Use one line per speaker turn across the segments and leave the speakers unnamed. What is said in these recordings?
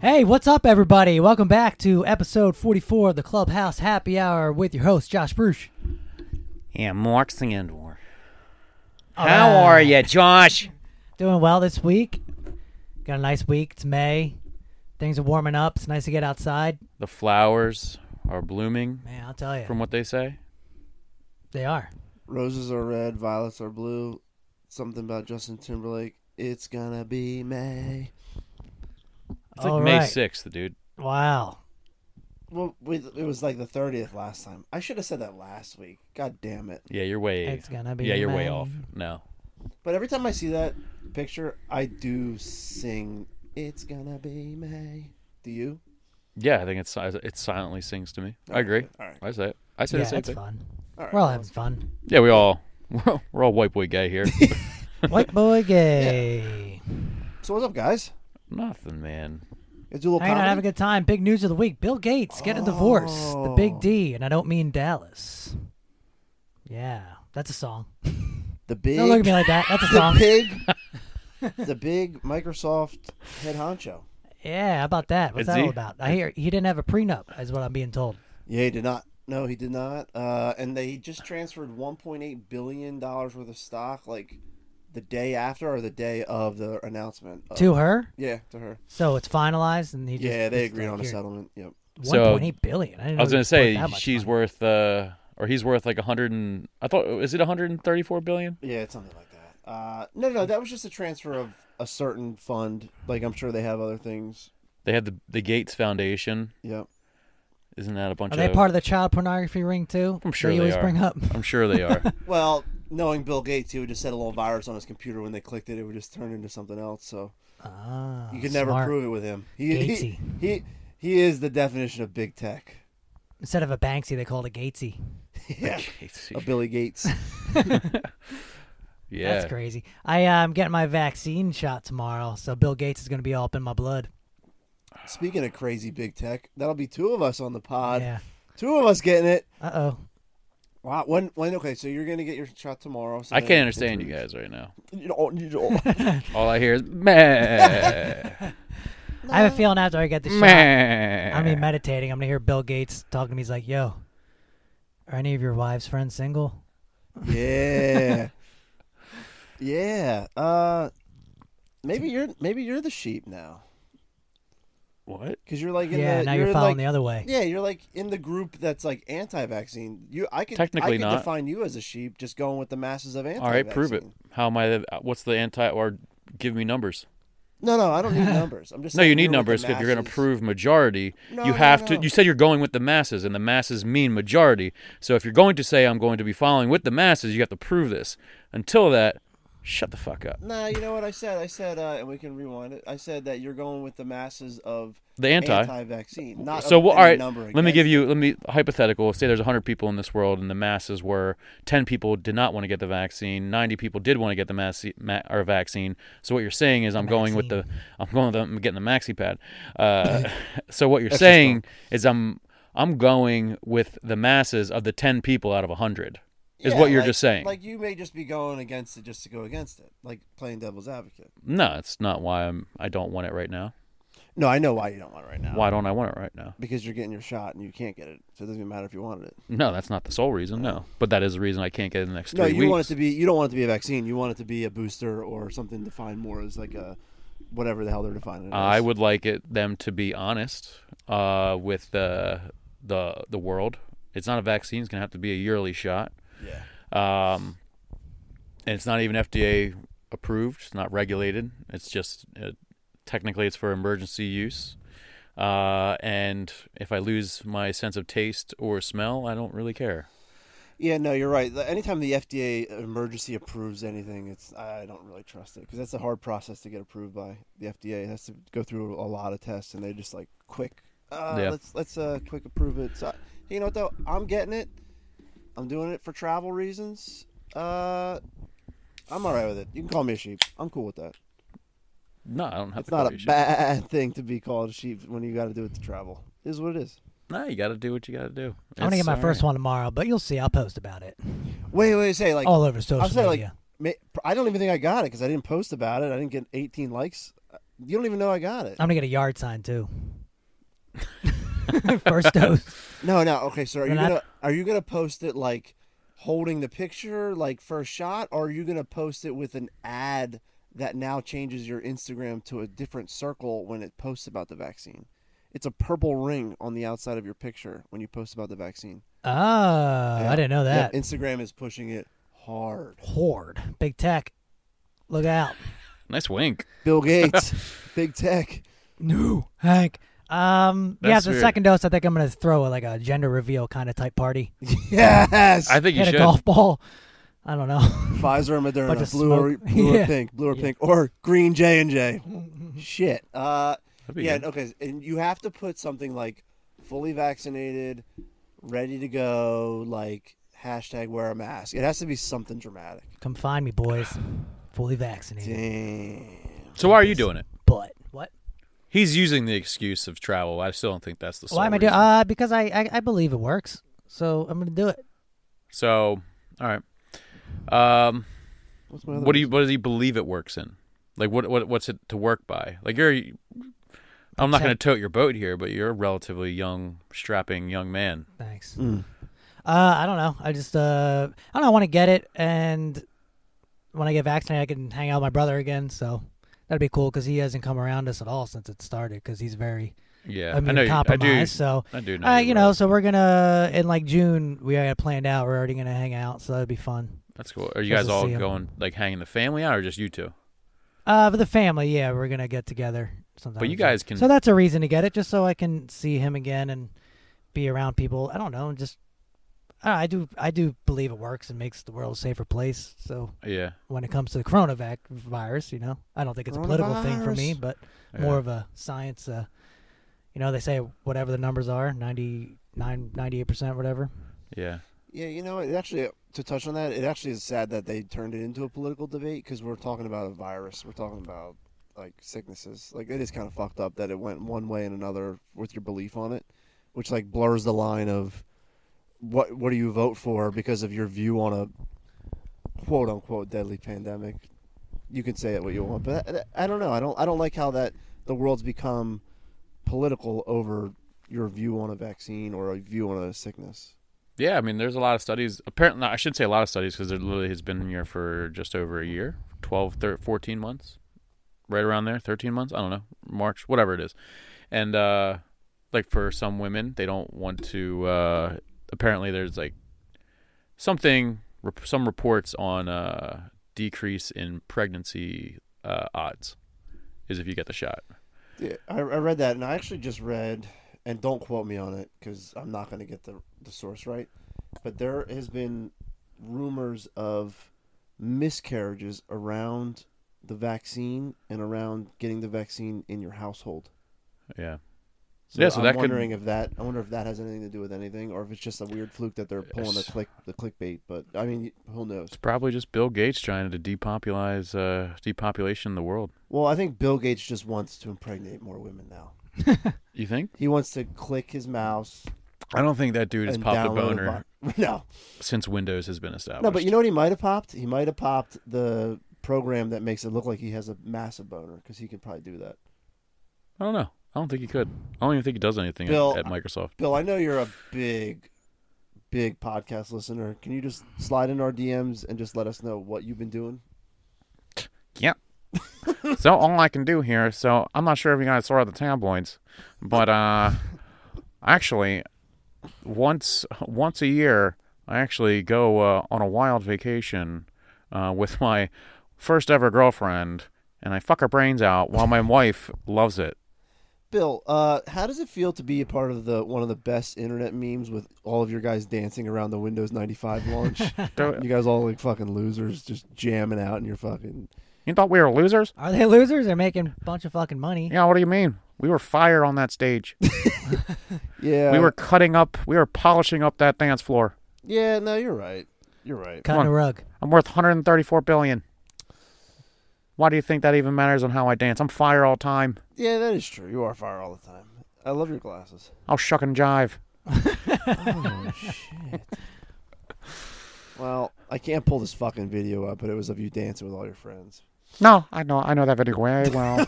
Hey, what's up, everybody? Welcome back to episode 44 of the Clubhouse Happy Hour with your host, Josh Bruce.
Yeah, Mark Sandor. How are you, Josh?
Doing well this week. Got a nice week. It's May. Things are warming up. It's nice to get outside.
The flowers are blooming,
Man, I'll tell you,
from what they say.
they are.
Roses are red, violets are blue. Something about Justin Timberlake. It's gonna be May.
It's like
All
May
right.
6th, dude.
Wow.
Well, we, it was like the thirtieth last time. I should have said that last week. God damn it!
Yeah, you're way.
It's gonna be
Yeah, you're way
May.
off. No.
But every time I see that picture, I do sing. It's gonna be May. Do you?
Yeah, I think it's it silently sings to me. I agree.
All right.
I say it. I say
Yeah,
the same
it's
thing.
fun.
All right.
We're all having fun.
Yeah, we all we're, all- we're all white boy gay here.
White boy gay.
So what's up, guys?
Nothing, man.
Let's do a little
Hanging out,
comedy.
having a good time. Big news of the week: Bill Gates
Oh.
getting a divorce. The big
Oh.
D, and I don't mean Dallas. Yeah, that's a song.
the big,
Don't look at me like that. That's a
the
song.
big, the big Microsoft head honcho.
Yeah, how about that? What's
Is
that
he?
all about? I hear he didn't have a prenup, is what I'm being told.
Yeah, he did not. No, he did not. Uh, and they just transferred 1.8 billion dollars worth of stock, like the day after or the day of the announcement. of-
To her,
yeah, to her.
so it's finalized, and he just
Oh. yeah, they
just
agreed
like,
on a
here,
settlement. Yep.
1.8 billion. I, didn't
I was
know he
gonna say
worth that much
she's
money.
worth uh or he's worth like a hundred and I thought is it 134 billion?
Yeah, it's something like that. Uh, no, no, that was just a transfer of a certain fund. Like I'm sure they have other things.
They had the the Gates Foundation.
Yep.
Isn't that a bunch
Are
of?
they part of the child pornography ring too?
I'm sure
that you
they
always
are.
bring up.
I'm sure they are.
Well, knowing Bill Gates, he would just set a little virus on his computer. When they clicked it, it would just turn into something else. So
Ah,
you could never
smart.
prove it with him. He, he
Gatesy.
he he is the definition of big tech.
Instead of a Banksy, they called it Gatesy.
Yeah.
Gates.
A Billy Gates.
yeah.
That's crazy. I am um, getting my vaccine shot tomorrow, so Bill Gates is going to be all up in my blood.
Speaking of crazy big tech, that'll be two of us on the pod.
yeah.
Two of us getting it.
Uh oh.
Wow. When? When? Okay. So you're gonna get your shot tomorrow. So
I
then-
can't understand you guys right now.
You don't- you don't-
All I hear is meh,
I have a feeling after I get the shot,
meh.
I'm gonna be meditating. I'm gonna hear Bill Gates talking to me. He's like, "Yo, are any of your wives' friends single?"
yeah. yeah. Uh, maybe you're maybe you're the sheep now
what?
because you're like in
Yeah.
the,
now you're,
in,
following
like,
the other way.
Yeah, you're like in the group that's like anti-vaccine. You, I could
Technically
I could
not.
define you as a sheep, just going with the masses of anti.
All right, prove it. How am I? The, uh, what's the anti? Or give me numbers?
No, no, I don't need numbers. I'm just
No,
saying
you need
you're with
numbers
the
if you're gonna
masses.
prove majority.
No,
you
no,
have
no.
to. You said you're going with the masses, and the masses mean majority. So if you're going to say I'm going to be following with the masses, you have to prove this. Until that, shut the fuck up.
Nah, you know what I said? I said, uh, and we can rewind it. I said that you're going with the masses of
The anti.
vaccine Not
so
of
well, all
any
right.
Number
Let me
against
give
it.
you. Let me hypothetical. Say there's 100 people in this world, and the masses were 10 people did not want to get the vaccine. 90 people did want to get the mass ma- or vaccine. So what you're saying is I'm going with the. I'm going with the, I'm getting the maxi pad. Uh, so what you're saying is I'm I'm going with the masses of the 10 people out of 100. Is
Yeah,
what you're
like-
just saying.
Like you may just be going against it just to go against it, like playing devil's advocate.
no, it's not why I'm. I don't want it right now.
No, I know why you don't want it right now.
Why don't I want it right now?
Because you're getting your shot and you can't get it, so it doesn't even matter if you wanted it.
No, that's not the sole reason. No, but that is the reason I can't get it in the next
No,
three
you
weeks.
want it to be. You don't want it to be a vaccine. You want it to be a booster or something defined more as like a whatever the hell they're defining. it
I
as.
would like it them to be honest uh, with the the the world. It's not a vaccine; it's gonna have to be a yearly shot.
Yeah.
Um, and it's not even FDA approved. It's not regulated. It's just uh, technically it's for emergency use. Uh, and if I lose my sense of taste or smell, I don't really care.
Yeah, no, you're right. The- Anytime the FDA emergency approves anything, it's I don't really trust it because that's a hard process to get approved by the FDA. It has to go through a lot of tests, and they just like quick. Uh,
Yeah.
Let's let's uh, quick approve it. So, you know what though? I'm getting it. I'm doing it for travel reasons. Uh, I'm all right with it. You can call me a sheep. I'm cool with that.
No, I don't have
It's
to
not
call you
a
sheep.
bad thing to be called a sheep when you got to do it to travel. It Is what it is.
No, you got to do what you got to do.
I'm gonna
It's
get my
all
first
right.
one tomorrow, but you'll see. I'll post about it
Wait, wait, say like
all over social
I'll say like
media.
ma- I don't even think I got it because I didn't post about it. I didn't get 18 likes. You don't even know I got it.
I'm gonna get a yard sign too. first dose.
No, no. Okay, so are you
Then I-
gonna are you gonna post it like holding the picture like first shot, or are you gonna post it with an ad that now changes your Instagram to a different circle when it posts about the vaccine? It's a purple ring on the outside of your picture when you post about the vaccine.
Oh, I didn't know
Yeah,
that.
Instagram is pushing it hard.
Horde, big tech, look out.
Nice wink.
Bill Gates, big tech.
No, Hank. Um, yeah,
That's
the
weird.
second dose, I think I'm gonna throw like a gender reveal kind of type party.
Yes,
I think you
Hit a
should.
golf ball. I don't know.
Pfizer, and Moderna,
Bunch of
blue or
smoke.
blue
Yeah.
or pink, blue or
Yeah.
pink, or green J and J. Shit. Uh,
That'd be
yeah.
good.
Okay. And you have to put something like fully vaccinated, ready to go, like hashtag wear a mask. It has to be something dramatic.
Come find me, boys. Fully vaccinated,
Damn.
So why are you doing it?
but what?
He's using the excuse of travel. I still don't think that's the. Sole
Why am I doing?
reason.
Uh, because I, I I believe it works, so I'm gonna do it.
So, all right. Um,
What's my other
what do you?
one?
What does he believe it works in? Like, what? What? What's it to work by? Like, you're. I'm not going to tote your boat here, but you're a relatively young, strapping young man.
Thanks.
Mm.
Uh, I don't know. I just uh, I don't know. I want to get it, and when I get vaccinated, I can hang out with my brother again. So that'd be cool because he hasn't come around us at all since it started because he's very
Yeah, I,
immune
know. You, I do.
compromised. So
I do know.
uh,
you
you
were.
know, so we're gonna in like June we got it planned out. We're already gonna hang out, so that'd be fun.
that's cool. Are you
Just
guys
to
all
see him.
going like hanging the family out, or just you two?
Uh, for the family, yeah, we're gonna get together sometime.
But you guys can.
So that's a reason to get it, just so I can see him again and be around people. I don't know, just I, don't know, I do. I do believe it works and makes the world a safer place. So
yeah.
when it comes to the coronavirus, virus, you know, I don't think it's a political thing for me,
Coronavirus.
but
yeah.
more of a science. Uh, you know, they say whatever the numbers are, 99, 98 percent, whatever.
Yeah.
Yeah. You know, it actually to touch on that, it actually is sad that they turned it into a political debate because we're talking about a virus. We're talking about like sicknesses. Like it is kind of fucked up that it went one way and another with your belief on it, which like blurs the line of what what do you vote for because of your view on a quote unquote deadly pandemic. You can say it what you want, but I, I don't know. I don't I don't like how that the world's become political over your view on a vaccine or a view on a sickness.
Yeah, I mean, there's a lot of studies. Apparently, no, I should say a lot of studies because there literally has been here for just over a year 12, thir 14 months, right around there, 13 months. I don't know, March, whatever it is. And uh, like for some women, they don't want to. Uh, apparently, there's like something, rep- some reports on uh, decrease in pregnancy uh, odds is if you get the shot.
Yeah, I, I read that, and I actually just read, and don't quote me on it because I'm not going to get the the source right, but there has been rumors of miscarriages around the vaccine and around getting the vaccine in your household.
Yeah. Yeah, so
I'm
that could-
wondering if that I wonder if that has anything to do with anything, or if it's just a weird fluke that they're pulling the
Yes.
click the clickbait. But I mean, who knows?
It's probably just Bill Gates trying to depopulize, uh, depopulation the world.
Well, I think Bill Gates just wants to impregnate more women now.
You think?
He wants to click his mouse
I don't think that dude has
and
popped a
download
boner
vi- No.
since Windows has been established.
No, but you know what he might have popped? He might have popped the program that makes it look like he has a massive boner because he could probably do that.
I don't know. I don't think he could. I don't even think he does anything at-
Bill,
at, Microsoft.
Bill, I know you're a big, big podcast listener. Can you just slide in our DMs and just let us know what you've been doing?
Yeah. so all I can do here. So I'm not sure if you guys saw the tabloids, but uh, actually, once once a year, I actually go uh, on a wild vacation uh, with my first ever girlfriend, and I fuck her brains out while my wife loves it.
Bill, uh, how does it feel to be a part of the one of the best internet memes with all of your guys dancing around the Windows 95 launch? you guys all like fucking losers, just jamming out in your fucking.
You thought we were losers?
Are they losers? They're making a bunch of fucking money.
Yeah, what do you mean? We were fire on that stage.
Yeah,
we were cutting up, we were polishing up that dance floor.
Yeah, no, you're right. You're right.
Cutting
on.
the rug.
I'm worth 134 billion.
Why do you think that even matters on how I dance? I'm fire all time.
Yeah, that is true. You are fire all the time. I love your glasses.
I'll shuck and jive.
Oh shit. Well, I can't pull this fucking video up, but it was of you dancing with all your friends.
No, I know, I know that video very well.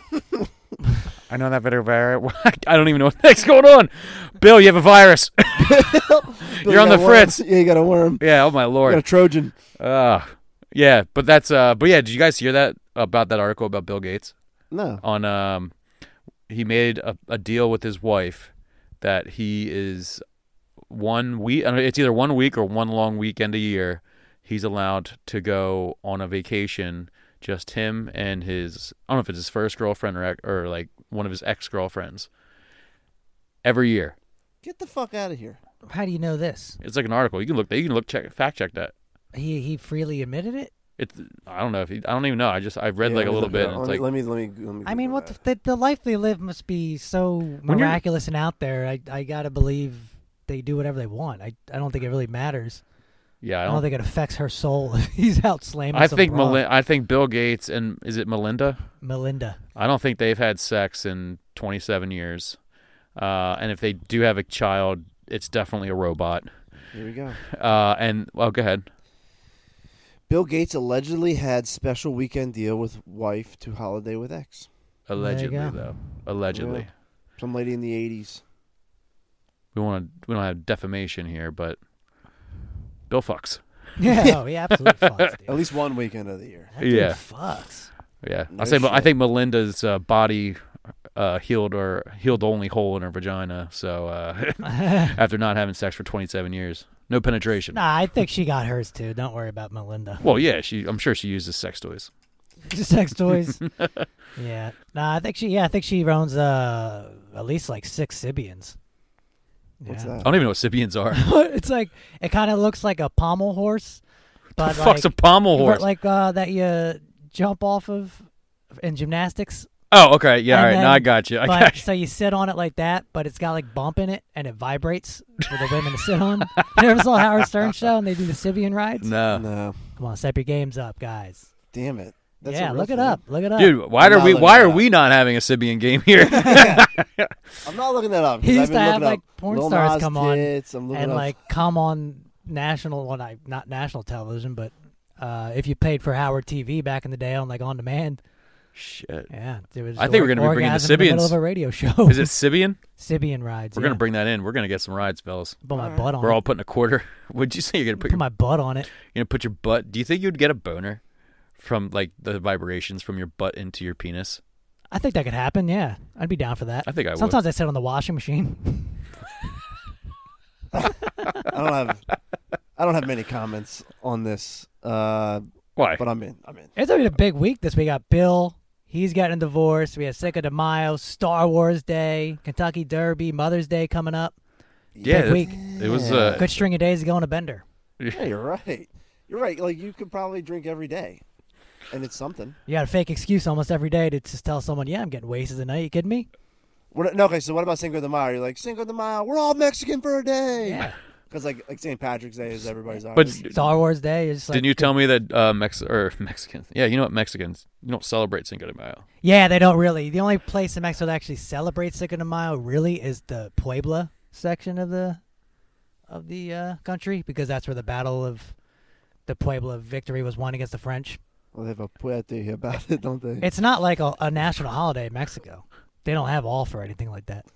I know that video very well. I don't even know what the heck's going on. Bill, you have a virus.
Bill,
You're on
got
the
a worm.
fritz.
Yeah, you got a worm.
yeah, oh my
You got a
lord.
Trojan.
Uh, yeah, but that's uh, but yeah, did you guys hear that about that article about Bill Gates?
No.
on um he made a, a deal with his wife that he is one week I don't know, it's either one week or one long weekend a year he's allowed to go on a vacation just him and his I don't know if it's his first girlfriend or ec- or like one of his ex-girlfriends every year
Get the fuck out of here.
How do you know this?
it's like an article you can look that you can look check fact check that
He he freely admitted it.
it's I don't know if he, I don't even know I just I read
Yeah, let me
like a little
look it
bit
up.
and it's
Let me-
like
let me let me. Let me
I mean,
Google
what
that.
the, the the life they live must be so
you're-
miraculous and out there. I I gotta believe they do whatever they want. I I don't think it really matters.
yeah
I don't, think it affects her soul. if He's out slamming.
I
some
think
broad.
Melin- I think Bill Gates and is it Melinda
Melinda.
I don't think they've had sex in 27 years. Uh, and if they do have a child, it's definitely a robot.
Here we go.
Uh, and well, go ahead.
Bill Gates allegedly had special weekend deal with wife to holiday with ex.
Allegedly,
go.
though. Allegedly,
Yeah. Some lady in the '80s.
we want to. We don't have defamation here, but Bill fucks.
Yeah, oh, he absolutely fucks, dude.
At least one weekend of the year.
That dude
Yeah.
fucks.
Yeah,
No
I say. I
shit.
think Melinda's uh, body uh, healed or healed the only hole in her vagina. So uh, after not having sex for 27 years, no penetration.
Nah, I think she got hers too. Don't worry about Melinda.
Well, yeah, she. I'm sure she uses sex toys.
Sex toys. yeah. Nah, I think she. Yeah, I think she owns uh at least like six Sibians.
What's
I
that?
don't even know what Sibians are.
it's like it kind of looks like a pommel horse,
the
but
fuck's a
like,
pommel
but
horse?
like uh, that you jump off of in gymnastics.
Oh, okay. Yeah, all
And
right. now I
then-
got you. I
but,
got you.
So you sit on it like that, but it's got like bump in it and it vibrates for the women to sit on. You ever saw Howard Stern show and they do the Sibian rides?
No.
No.
Come on, step your games up, guys.
Damn it. That's a
yeah,
real
look it
thing.
up. Look it up.
Dude, why
I'm
are
not
we
looking
why
it
are
up.
we not having a Sibian game here?
I'm not looking that up. 'cause
He
I've
used
been
to have,
looking
like,
up
porn
Lil
stars
Nas
come on
tits. I'm looking
and
up-
like come on national well not, not national television but uh, if you paid for howard tv back in the day on like on demand
Shit.
yeah there was
I think we're gonna be bringing the
orgasm in the middle
Sibians.
of a radio show
Is it Sibian?
sibian rides
We're
yeah.
gonna bring that in. We're gonna get some rides, fellas.
put my butt on
We're
it.
all putting a quarter. Would you say you're gonna put
put
your,
my butt on it
you know put your butt? Do you think you'd get a boner from like the vibrations from your butt into your penis?
i think that could happen yeah i'd be down for that
I think I would.
sometimes i sit on the washing machine
I don't have. I don't have many comments on this, uh,
Why?
but I'm in. I'm in.
it's already a big week this week we got bill he's getting divorced we have cinco de mayo star wars day kentucky derby mother's day coming up
Yeah,
big week
it, it was.
Yeah.
Uh,
good string of days to go on a bender
Yeah, you're right. You're right. Like you could probably drink every day, and it's something.
You got a fake excuse almost every day to just tell someone, "Yeah, I'm getting wasted tonight." You kidding me?
What, no, okay. So what about Cinco de Mayo? You're like Cinco de Mayo. We're all Mexican for a day.
Yeah.
Because like like St. Patrick's Day is everybody's.
but
ours.
Star Wars Day is like,
didn't you tell me that uh, Mex or Mexicans? Yeah, you know what Mexicans? You don't celebrate Cinco de Mayo.
yeah, they don't really. The only place in Mexico that actually celebrates Cinco de Mayo really is the Puebla section of the of the uh, country because that's where the Battle of the Puebla victory was won against the French.
well, Oh, they have a puente about it, don't they?
It's not like a, a national holiday in Mexico. They don't have off or anything like that.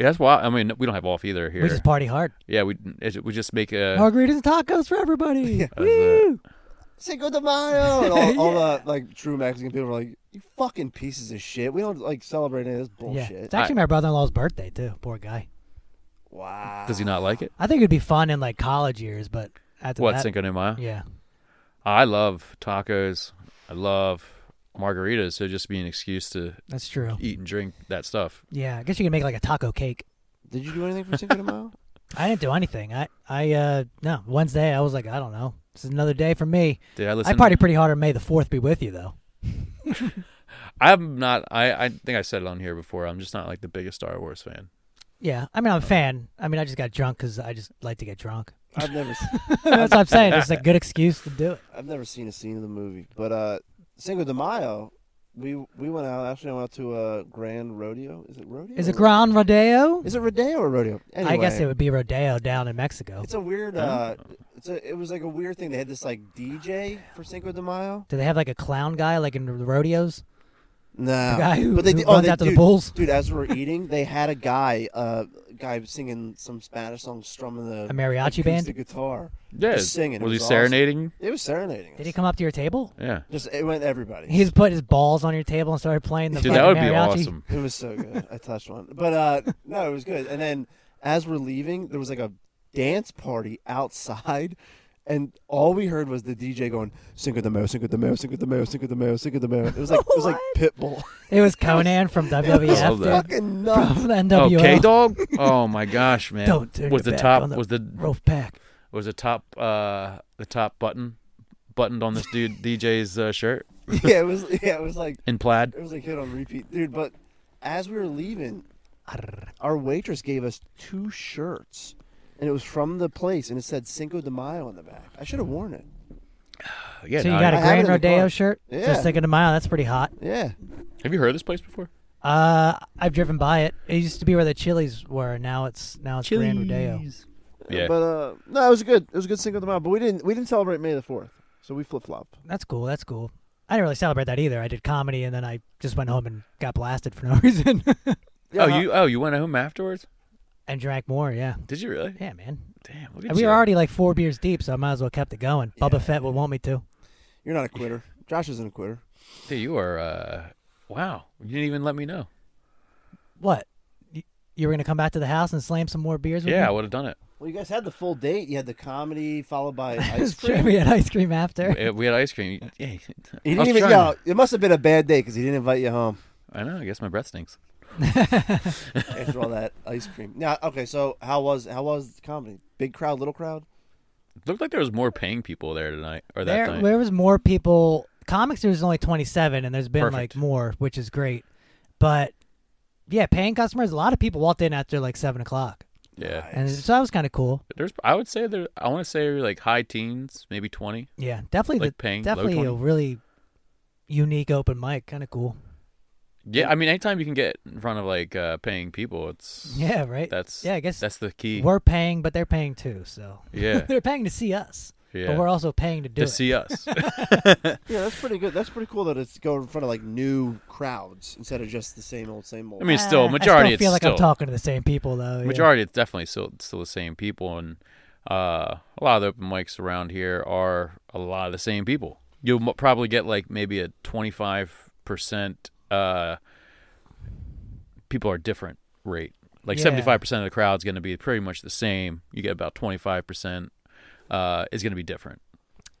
Yeah, that's why. I mean, we don't have off either here. Uh,
We just party hard.
yeah, we it- we just make a.
Margaritas and tacos for everybody.
That was it.
Cinco de Mayo. And all, all the like true Mexican people are like, you fucking pieces of shit. We don't like celebrate any of this
yeah.
bullshit.
It's actually my brother-in-law's birthday too. Poor guy.
Wow.
uh, Does he not like it?
I think it'd be fun in like college years, but after
What
that,
Cinco de Mayo?
yeah,
I love tacos. I love margaritas. So it'd just be an excuse to
that's true.
eat and drink that stuff.
Yeah, I guess you can make like a taco cake.
Did you do anything for Cinco de Mayo?
I didn't do anything. I, I, uh, no. Wednesday, I was like, I don't know. This is another day for me.
Did I
I
listen?
party pretty hard on May the Fourth. Be with you though.
I'm not. I I think I said it on here before. I'm just not like the biggest Star Wars fan.
Yeah, I mean, I'm a fan. I mean, I just got drunk because I just like to get drunk.
I've never, s-
that's what I'm saying. It's a good excuse to do it.
I've never seen a scene of the movie, but uh, Cinco de Mayo. we we went out. Actually, I went out to a Grand Rodeo. Is it rodeo?
Is
or-
it Gran Rodeo?
Is it rodeo or rodeo? Anyway,
I guess it would be Rodeo down in Mexico.
It's a weird. Uh, it's a, it was like a weird thing. They had this like DJ for Cinco de Mayo.
Do they have like a clown guy like in the rodeos?
No,
The guy who-
but they
who
did- oh,
runs
they-
after the
dude,
bulls?
Dude, as we were eating, they had a guy, uh, guy singing some Spanish song, strumming the
A mariachi band?
acoustic guitar.
Yeah,
Just singing. It
Was he
was awesome.
serenading?
It was serenading.
Did he
us.
come up to your table?
Yeah,
Just it went everybody.
He's put his balls on your table and started playing the
dude, that
fucking
would be
mariachi.
awesome.
It was so good. I touched one, but uh, no, it was good. And then as we're leaving, there was like a dance party outside, and all we heard was the DJ going "Cinco de Mayo, Cinco de Mayo, Cinco de Mayo, Cinco de Mayo, Cinco de Mayo." It was like it was like Pitbull.
It was Conan from WWF,
love that.
dude.
Fucking nuts.
From the NWO.
Okay, dog. Oh my gosh, man.
Don't turn
was
your
the
back
top
on the
was the
Rope pack.
was the top uh the top button buttoned on this dude DJ's uh, shirt
yeah, it was. Yeah, it was like
in plaid?
it was like hit on repeat, dude. But as we were leaving, our waitress gave us two shirts, and it was from the place, and it said Cinco de Mayo on the back. I should have worn it.
Yeah.
so you
no,
got
I-
a
I have it
Grand
in the
Rodeo
car.
shirt?
Yeah.
So Cinco de Mayo, that's pretty hot.
Yeah.
Have you heard of this place before?
Uh, I've driven by it. It used to be where the Chili's were. Now it's now it's Grand Rodeo.
Yeah.
But uh, no, it was good. It was a good Cinco de Mayo, but we didn't we didn't celebrate May the Fourth, so we flip flop.
That's cool. That's cool. I didn't really celebrate that either. I did comedy and then I just went home and got blasted for no reason
Oh, you oh you went home afterwards?
and drank more. Yeah,
Did you really?
yeah, man.
Damn. Look at
And we
you.
were already like four beers deep, so I might as well kept it going. Bubba Fett would want me to.
You're not a quitter. Josh isn't a quitter.
Dude, you are. Uh, wow. You didn't even let me know.
What? You, you were gonna come back to the house and slam some more beers with
Yeah, I
me?
would have done it.
Well, you guys had the full date. You had the comedy followed by
It's
ice
true.
cream.
We had ice cream after.
Eh, We had ice cream. Yeah.
He didn't even. Yo, it must have been a bad day because he didn't invite you home
I know. I guess my breath stinks.
after all that ice cream. Now, okay, so how was how was the comedy? Big crowd, little crowd.
looked like there was more paying people there tonight or that
There,
night.
there was more people. Comics, there was only 27, and there's been like
Perfect.
more, which is great. But yeah, paying customers, a lot of people walked in after like 7 o'clock.
yeah.
And so that was kind of cool.
There's. I would say there. I want to say like high teens, maybe twenty.
Yeah, definitely,
Like
the,
paying, low
definitely a
20?
really unique open mic. Kind of cool.
Yeah. I mean, anytime you can get in front of like uh, paying people, it's
Yeah, right.
That's
yeah. I guess
that's the key.
we're paying, but they're paying too. So
Yeah.
they're paying to see us,
yeah.
but we're also paying to do
to
it.
see us.
Yeah, that's pretty good. That's pretty cool that it's going in front of like new crowds instead of just the same old, same old.
I mean, it's still
Ah, I
majority.
still feel
it's
like
still
I'm talking to the same people though. yeah.
majority it's definitely still still the same people and uh, a lot of the open mics around here are a lot of the same people you'll mo- probably get like maybe a 25% uh, people are different rate like
Yeah.
75% of the crowd's going to be pretty much the same you get about 25% uh, is going to be different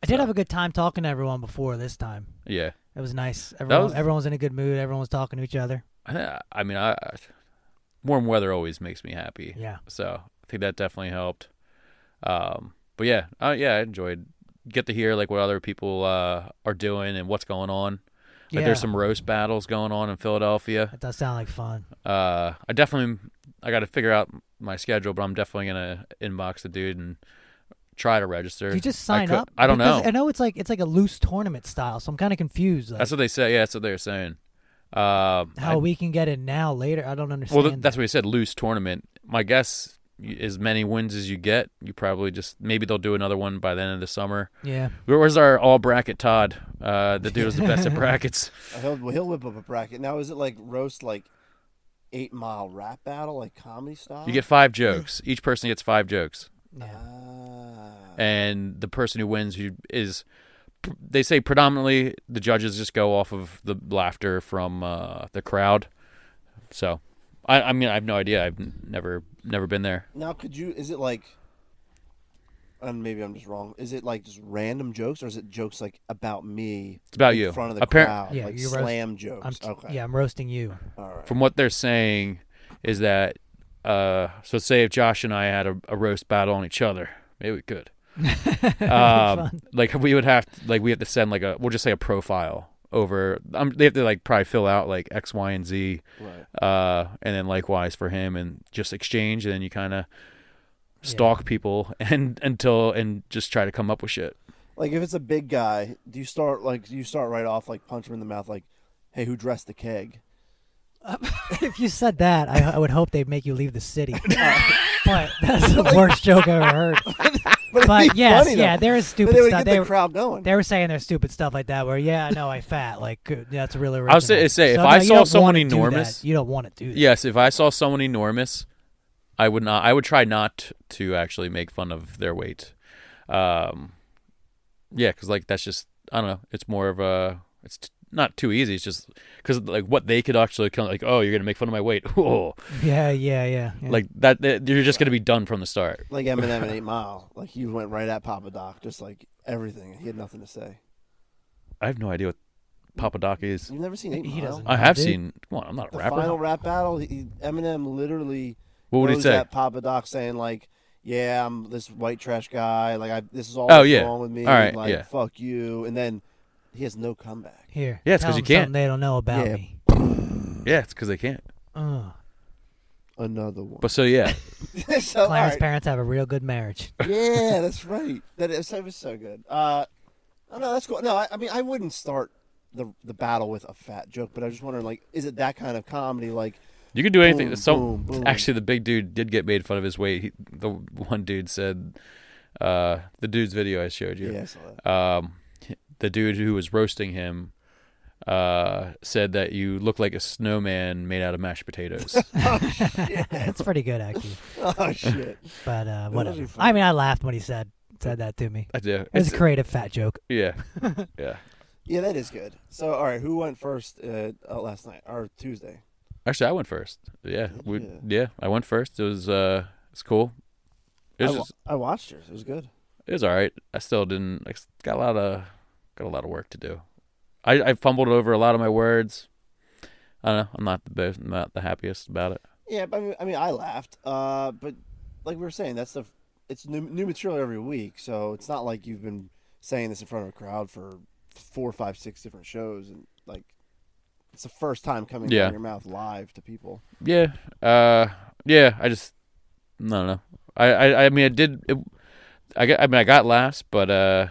I did
so.
have a good time talking to everyone before this time.
yeah
It was nice. Everyone,
was-
everyone was in a good mood. Everyone was talking to each other.
I- i mean I, I- warm weather always makes me happy
Yeah.
So I think that definitely helped. Um, but yeah, uh, yeah, I enjoyed get to hear like what other people uh, are doing and what's going on. Like
Yeah.
there's some roast battles going on in Philadelphia.
That does sound like fun.
Uh, I definitely I got to figure out my schedule, but I'm definitely gonna inbox the dude and try to register.
Do you just
I
sign
cou-
up?
I don't
Because
know.
I know it's like it's like a loose tournament style, so I'm kind of confused. Like,
That's what they say. Yeah, that's what they're saying. Um,
how
I-
we can get it now later. I don't understand.
well, th- that's what he said. Loose tournament. My guess, y- as many wins as you get, you probably just maybe they'll do another one by the end of the summer.
that. yeah.
Where was our all bracket Todd? Uh, the dude was the best at brackets.
Uh, He'll, he'll whip up a bracket. Now, is it like roast, like eight mile rap battle, like comedy style?
You get five jokes. Each person gets five jokes,
Yeah.
Ah.
and the person who wins who is they say predominantly the judges just go off of the laughter from uh, the crowd. So, I, I mean, I have no idea. I've n- never never been there.
now, could you? Is it like? And maybe I'm just wrong. Is it like just random jokes, or is it jokes like about me?
It's about
in
you.
front of the
Appar-
crowd,
Yeah,
like
you roast-
slam jokes.
I'm t-
okay.
yeah, I'm roasting you.
All right.
From what they're saying, is that uh, so? Say if Josh and I had a, a roast battle on each other, maybe we could. um, like we would have to, like we have to send like a we'll just say a profile over um, they have to like probably fill out like x y and z
Right.
uh and then likewise for him and just exchange and then you kind of stalk people and until and just try to come up with shit
Like if it's a big guy, do you start like do you start right off like punch him in the mouth like, "Hey, who dressed the keg?"
if you said that, I, I would hope they'd make you leave the city. but that's the worst joke I've ever heard.
But, it'd
But
be
yes,
funny, though.
yeah, there is
But
stupid
they would
stuff.
get
They
the
were,
crowd going.
they were saying their stupid stuff like that, where yeah, no, I fat. Like good, that's really.
I was say-
original.
say, if
So,
I
no, you
saw
don't
someone
wanna do that.
enormous-
you don't want to do that.
Yes, if I saw someone enormous, I would not. I would try not to actually make fun of their weight. Um, yeah, because like that's just I don't know. It's more of a. It's t- not too easy. It's just because like what they could actually come like. Oh, you're gonna make fun of my weight. Oh,
Yeah, yeah, yeah. yeah.
like that, that. You're just gonna be done from the start.
like Eminem and Eight Mile, like he went right at Papa Doc, just like everything. He had nothing to say.
I have no idea what Papa Doc is.
You've never seen Eight
He
Mile?
doesn't.
I have
Dude.
seen. Come on, I'm not a
The
rapper.
final rap battle, he, Eminem literally
What would he
throws
say?
at Papa Doc saying like, "Yeah, I'm this white trash guy. Like, I, this is all
Oh,
that's
yeah.
wrong with me.
All right,
like,
yeah.
fuck you." And then he has no comeback.
Here.
Yeah, it's
tell
'cause you
them something
can't.
They don't know about
Yeah.
me.
Yeah, it's because they can't.
Ugh.
Another one.
But so yeah,
so, all
Clarence'
right.
parents have a real good marriage.
yeah, that's right. That is, that was so good. Uh, oh no, that's cool. No, I, I mean I wouldn't start the the battle with a fat joke, but I was just wondering like, is it that kind of comedy? Like,
You can do anything.
Boom,
Some
boom, boom.
actually, the big dude did get made fun of his weight. He, the one dude said, uh, "The dude's video I showed
yeah,
you."
I saw that.
Um, the dude who was roasting him uh, said that you look like a snowman made out of mashed potatoes.
That's pretty good, actually.
oh shit.
But uh,
That
whatever.
was funny.
I mean, I laughed when he said said that to me.
I do.
It was a creative fat joke.
yeah, yeah.
Yeah, that is good. So, all right, who went first uh, uh, last night or Tuesday?
Actually, I went first. Yeah, we,
Yeah.
yeah. I went first. It was uh, it's cool. It
I,
was,
wa-
just-
I watched yours. It was good.
it was all right. I still didn't. I got a lot of got a lot of work to do. I, I fumbled over a lot of my words. I don't know. I'm not the best, not the happiest about it.
Yeah, but I mean, I mean, I laughed. Uh, but like we were saying, that's the it's new new material every week, so it's not like you've been saying this in front of a crowd for four, five, six different shows, and like it's the first time coming out
Yeah.
of your mouth live to people.
Yeah. Uh. Yeah. I just. I don't know. I. I, I mean, I did. It, I got. I mean, I got laughs, but uh.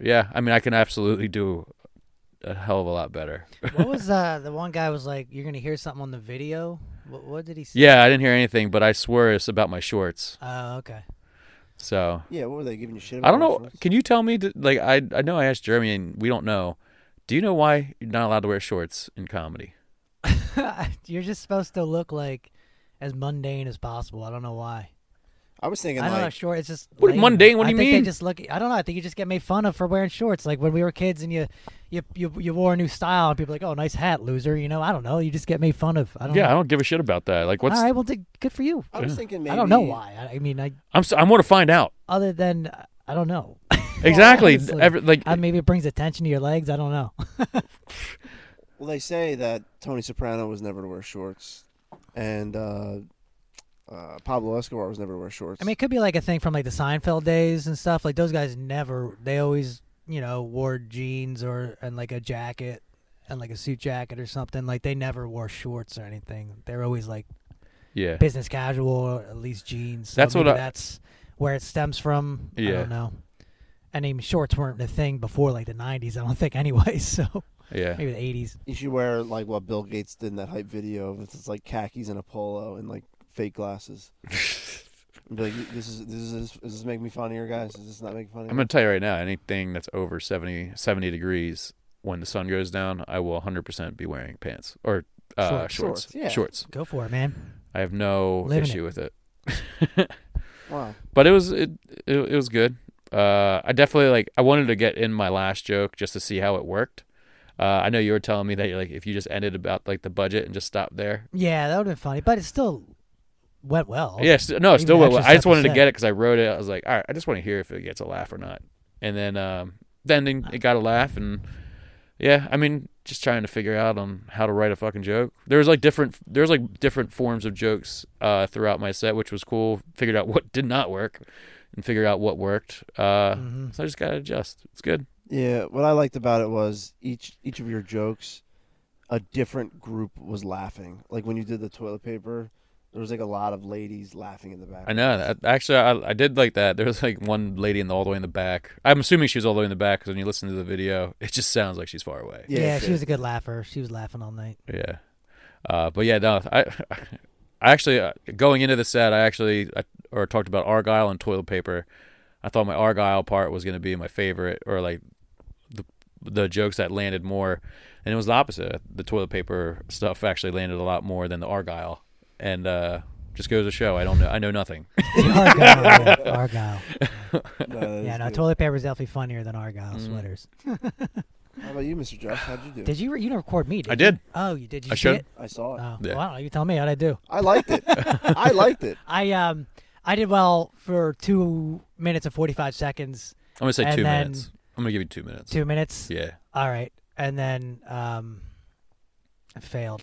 Yeah. I mean, I can absolutely do a hell of a lot better.
what was uh, the one guy was like? You're gonna hear something on the video. What, what did he say?
Yeah. I didn't hear anything, but I swear it's about my shorts.
Oh, okay.
So
Yeah, what were they giving you shit? About
I don't know.
those?
Can you tell me? did- Like, I. I know I asked Jeremy, and we don't know. Do you know why you're not allowed to wear shorts in comedy?
You're just supposed to look like as mundane as possible. I don't know why.
I was thinking
I don't know.
like
Short. It's just
What do you-
lame.
mundane? What do
I
you
think
mean?
They just look. I don't know. I think you just get made fun of for wearing shorts. Like when we were kids and you, you, you, you wore a new style and people were like, oh, nice hat, loser. You know, I don't know. You just get made fun of. I don't.
Yeah, I
Know.
don't give a shit about that. Like, what's?
All right. Well, d- good for you.
I was thinking maybe
I don't know why. I, I mean, I
I'm. s- I'm going to find out.
other than I don't know.
Exactly.
honestly,
Every, like,
I, maybe it brings attention to your legs. I don't know.
Well, they say that Tony Soprano was never to wear shorts, and uh, uh, Pablo Escobar was never to wear shorts.
I mean, it could be like a thing from like the Seinfeld days and stuff. Like those guys never. They always, you know, wore jeans or and like a jacket and like a suit jacket or something. Like they never wore shorts or anything. They're always like
yeah.
business casual or at least jeans. So
That's what
maybe
I-
that's where it stems from. I
Yeah.
don't know. And even shorts weren't a thing before like the '90s. I don't think anyway. So
Yeah.
maybe the '80s.
You should wear like what Bill Gates did in that hype video. It's just like khakis and a polo and like fake glasses. And be like, this is this is does this make me funnier, guys? Does this not make me funnier?
I'm going to tell you right now anything that's over 70, 70 degrees when the sun goes down, I will 100% be wearing pants or uh,
Shorts.
shorts.
Shorts, yeah.
Go for it, man.
I have no
Living
issue
it.
with it.
wow.
But it was it, it it was good. Uh, I definitely like I wanted to get in my last joke just to see how it worked. Uh, I know you were telling me that you're like if you just ended about like the budget and just stopped there.
Yeah, that would have been funny, but it still went well.
Yeah, st- no,
Oh, Even
still went well.
extra
I just
stuff
wanted to
said.
get it because I wrote it. I was like, all right, I just want to hear if it gets a laugh or not. And then um, then it got a laugh, and yeah, I mean, just trying to figure out on how to write a fucking joke. There was like different, there was like different forms of jokes uh, throughout my set, which was cool. Figured out what did not work, and figured out what worked. Uh,
Mhm.
So I just gotta adjust. It's good.
Yeah, what I liked about it was each each of your jokes, a different group was laughing. Like when you did the toilet paper, There was like a lot of ladies laughing in the back.
I know. That, actually, I, I did like that. There was like one lady in the all the way in the back. I'm assuming she was all the way in the back because when you listen to the video, it just sounds like she's far away.
Yeah,
Yeah,
she
sure.
was a good laugher. She was laughing all night.
Yeah. Uh, but yeah, no, I, I actually uh, going into the set, I actually I, or talked about argyle and toilet paper. I thought my argyle part was going to be my favorite, or like the the jokes that landed more, and it was the opposite. The toilet paper stuff actually landed a lot more than the argyle, and uh, just goes to show I don't know I know nothing.
Argyle, yeah, Argyle.
No, that
Yeah,
is
no,
good.
toilet paper is definitely funnier than Argyle sweaters.
How about you, Mr. Josh? How'd you do?
Did you? Re- you didn't record me? Did
I
you?
did.
Oh, you did. You
I
see
should.
it?
I saw it.
Oh,
Yeah.
wow. You tell me how'd I do?
I liked it. I liked it.
I um, I did well for two minutes and forty five seconds,
I'm gonna say
And
two
then-
minutes. I'm gonna give you two minutes.
two minutes.
Yeah,
All right, and then um, I failed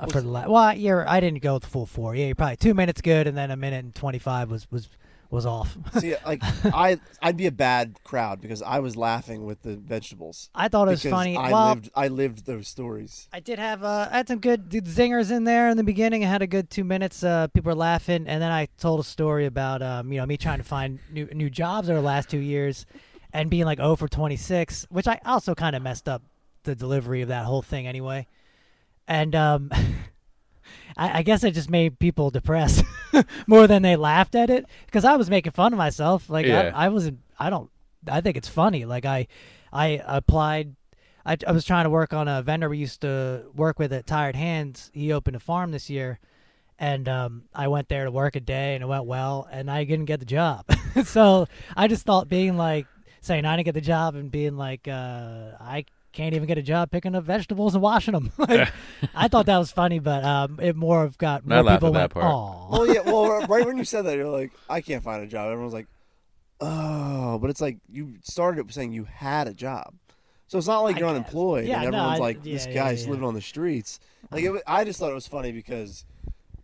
uh,
Was-
for the last. Well, yeah, I didn't go the full four. Yeah, you're probably two minutes good, and then a minute and twenty five was was was off.
See, like I, I'd be a bad crowd because I was laughing with the vegetables.
I thought it was
Because
funny.
I
well,
lived, I lived those stories.
I did have uh, I had some good d- zingers in there in the beginning. I had a good two minutes. Uh, people were laughing, and then I told a story about um, you know me trying to find new new jobs over the last two years, and being like 0 for 26, which I also kind of messed up the delivery of that whole thing anyway, and um, I, I guess I just made people depressed more than they laughed at it because I was making fun of myself. Like
Yeah.
I, I wasn't. I don't. I think it's funny. Like I, I applied. I, I was trying to work on a vendor we used to work with at Tired Hands. He opened a farm this year, and um, I went there to work a day, and it went well, and I didn't get the job. so I just thought being like saying I didn't get the job and being like uh, I can't even get a job picking up vegetables and washing them. like, I thought that was funny, but um, it more of got
No, I
more
laughed
people
at that
went,
part.
"Aw."
Well, yeah. Well, right- right when you said that, you're like, I can't find a job. Everyone's like, oh, but it's like you started it saying you had a job, so it's not like
I
you're
guess.
unemployed
Yeah,
and
no,
everyone's
I-
like, this
yeah, yeah,
guy's
yeah.
living on the streets. Like, it, wa- I just thought it was funny because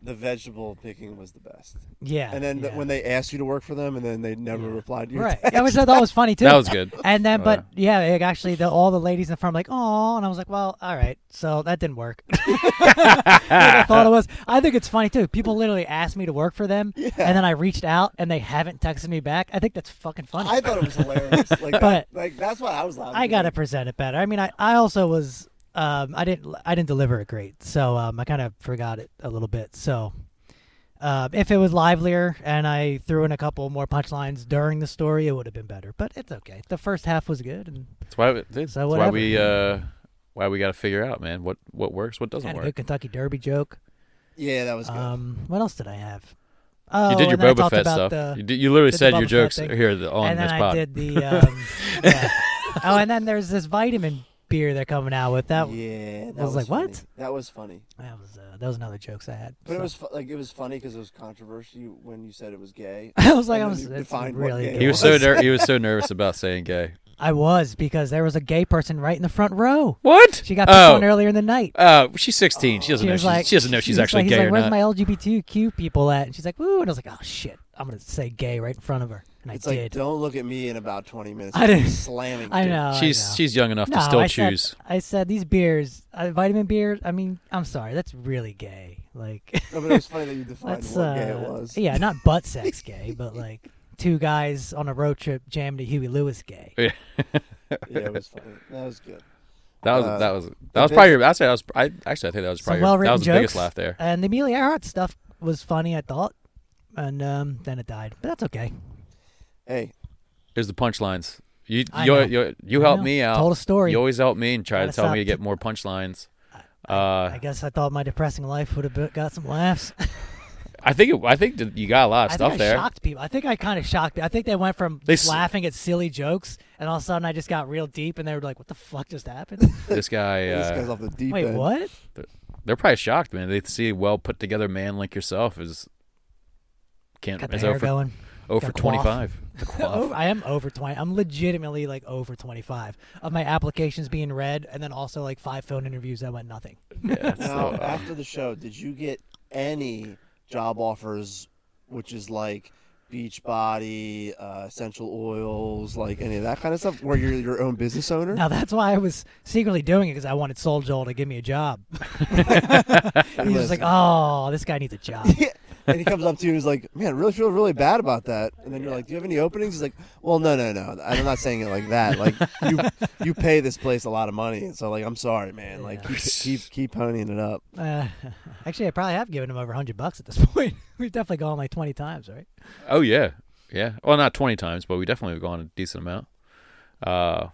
the vegetable picking was the best.
Yeah.
And then th-
yeah.
when they asked you to work for them, and then they never
Yeah.
replied to you.
right, yeah, which I thought was funny too.
that was good.
And then,
Oh,
but yeah, like, actually, the, all the ladies in the firm like, oh, and I was like, well, all right. So that didn't work. I thought it was. I think it's funny too. People literally asked me to work for them, and then I reached out, and they haven't texted me back. I think that's fucking funny.
I thought it was hilarious. Like,
But-
like that's why I was laughing.
I gotta present it better. I mean, I, I also was um I didn't I didn't deliver it great, so um I kind of forgot it a little bit. So uh, if it was livelier and I threw in a couple more punchlines during the story, it would have been better. But it's okay. The first half was good, and
That's why. Dude, that's why
whatever.
we. Uh, why we got to figure out, man. What what works, what doesn't
had a
work.
good Kentucky Derby joke.
Yeah, that was good.
Um, what else did I have? Oh,
You did your
and then I
Boba
talked
Fett
about
stuff.
the-
you, did, you literally
did the
said your
Boba Fett
jokes
thing.
are here th- on
and then
this
I
pod.
did the. Um, yeah. Oh, and then there's this vitamin beer they're coming out with. That
yeah, that
I was like,
funny.
what?
That was funny.
that was uh, that was another jokes I had.
But
so.
it was fu- like it was funny because it was controversy when you said it was gay.
I was like,
And
I
then
was
you
it's
defined what
really.
gay
good.
he was so ner- he was so nervous about saying gay.
I was because there was a gay person right in the front row.
What?
She got picked
oh,
on earlier in the night.
Uh, she's 16. She doesn't
She
know.
was
She's,
like,
she doesn't know she's
was
actually
like, he's
gay
like,
or
Where's
not.
my LGBTQ people at? And she's like, "Ooh," and I was like, "Oh shit, I'm gonna say gay right in front of her," and I
It's like,
did.
don't look at me in about twenty minutes.
I didn't-
I'm slamming.
I
you.
know.
she's
I know.
she's young enough
no,
to still
I said-
choose.
I said these beers, uh, vitamin beers. I mean, I'm sorry, that's really gay. Like,
No, but it was funny that you defined
that's
what
uh,
gay it was.
yeah, not butt sex gay, but like two guys on a road trip jammed to Huey Lewis gay.
Yeah, it was funny. That was good.
That was
uh,
that was
the
that was
big-
probably your. I say that was. I actually I think that was
Some
probably your-
well
that
written
was the biggest
jokes.
laugh there.
And the Amelia Earhart stuff was funny, I thought, and um, then it died. But that's okay.
Hey,
There's the punchlines. You
I
you
know.
you, you
I
helped
know.
me out.
Told a story.
You always help me and try to
Gotta
tell me
stop
to
t-
get more punchlines. Uh,
I guess I thought my depressing life would have been- got some laughs.
I think it, I think that you got a lot of
I
stuff
think I
there.
shocked people. I think I kind of shocked. people. I think they went from
They
just
s-
laughing at silly jokes, and all of a sudden I just got real deep, and they were like, "What the fuck just happened?
This guy. Uh,
this guy's off the deep
Wait,
end.
what?"
they're probably shocked, man. They see a well put together man like yourself is can't
Got the
is oh
hair
over
going.
over
Got a
twenty
quaff.
five. The
Oh,
quaff.
I am over twenty. I'm legitimately like over twenty-five of my applications being read, and then also like five phone interviews that went nothing.
yeah, so,
Now,
uh,
after the show, did you get any job offers, which is like Beachbody, uh, essential oils, like any of that kind of stuff, where you're your own business owner?
Now that's why I was secretly doing it because I wanted Soul Joel to give me a job. He was just like, "Oh, this guy needs a job."
Yeah, and he comes up to you and is like, "Man, I really feel really bad about that." And then you're like, "Do you have any openings?" He's like, "Well, no, no, no. I'm not saying it like that. Like you, you pay this place a lot of money, and so like I'm sorry, man. Like keep keep keep ponying it up."
Uh, actually, I probably have given him over hundred bucks at this point. We've definitely gone like twenty times, right?
Oh yeah, yeah. Well, not twenty times, but we definitely have gone a decent amount. Uh,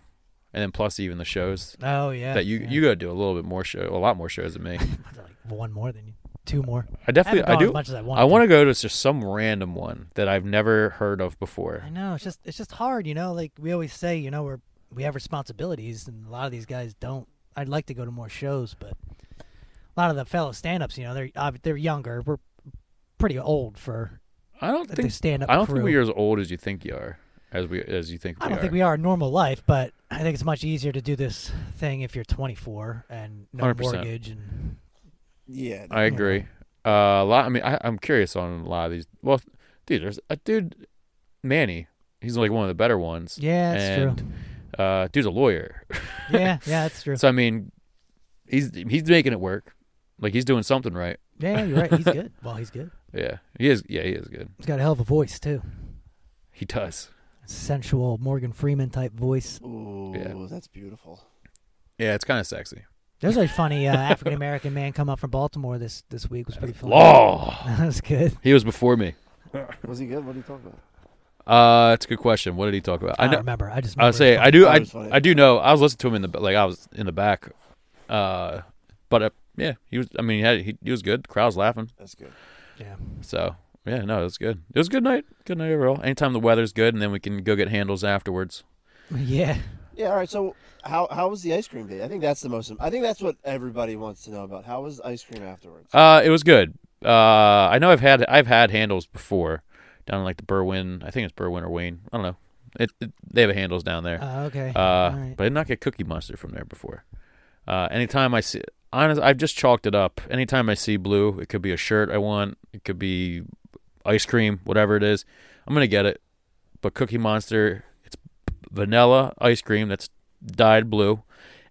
and then plus even the shows
Oh yeah.
that you
yeah.
you got to do a little bit more show, a lot more shows than me.
Mine's like one more than you, two more.
I definitely
haven't
I,
gone
do.
as much as I wanted
I want
to.
to go to just some random one that I've never heard of
I
before.
know it's just it's just hard, you know. Like we always say, you know, we're we have responsibilities, and a lot of these guys don't. I'd like to go to more shows, but a lot of the fellow stand-ups, you know, they're ob- they're younger. We're pretty old for.
I don't
The
think
stand-up
I don't
crew.
think we're as old as you think you are, as we as you think.
I don't think we are in normal life, but I think it's much easier to do this thing if you're 24 and no
100%.
mortgage and
Yeah.
I agree. Uh, a lot. I mean, I, I'm curious on a lot of these. Well, dude, there's a dude, Manny. He's like one of the better ones.
yeah, that's
and,
true.
Uh, dude's a lawyer,
Yeah, yeah, that's true.
so I mean, he's he's making it work. Like he's doing something right.
Yeah, you're right. He's good. Well, he's good.
Yeah, he is. Yeah, he is good.
He's got a hell of a voice too.
He does.
Sensual Morgan Freeman type voice.
Ooh,
Yeah.
that's beautiful.
Yeah, it's kind of sexy.
There's a funny uh, African American man come up from Baltimore this this week. Was pretty funny.
Law.
That's good.
He was before me.
Was he good? What are you talking about?
Uh, that's a good question. What did he talk about?
I,
I
don't
know.
remember. I just
I
remember
would say
it was
I do.
That
I,
was funny.
I do know. I was listening to him in the like I was in the back. Uh, but uh, yeah, he was. I mean, he had he, he was good. The crowd's laughing.
That's good.
funny. Yeah.
So yeah, no, it was good. It was a good night. Good night overall. Anytime the weather's good, and then we can go get handles afterwards.
Yeah.
Yeah. All right. So how how was the ice cream day? I think that's the most. I think that's what everybody wants to know about. How was ice cream afterwards?
Uh, it was good. Uh, I know I've had I've had handles before down in like the Berwyn. I think it's Berwyn or Wayne. I don't know. It, it they have a handles down there.
Uh, okay.
Uh,
All right.
but I did not get Cookie Monster from there before. Uh, anytime I see, honest, I've just chalked it up. Anytime I see blue, it could be a shirt I want, it could be ice cream, whatever it is, I'm gonna get it. But Cookie Monster, it's vanilla ice cream that's dyed blue,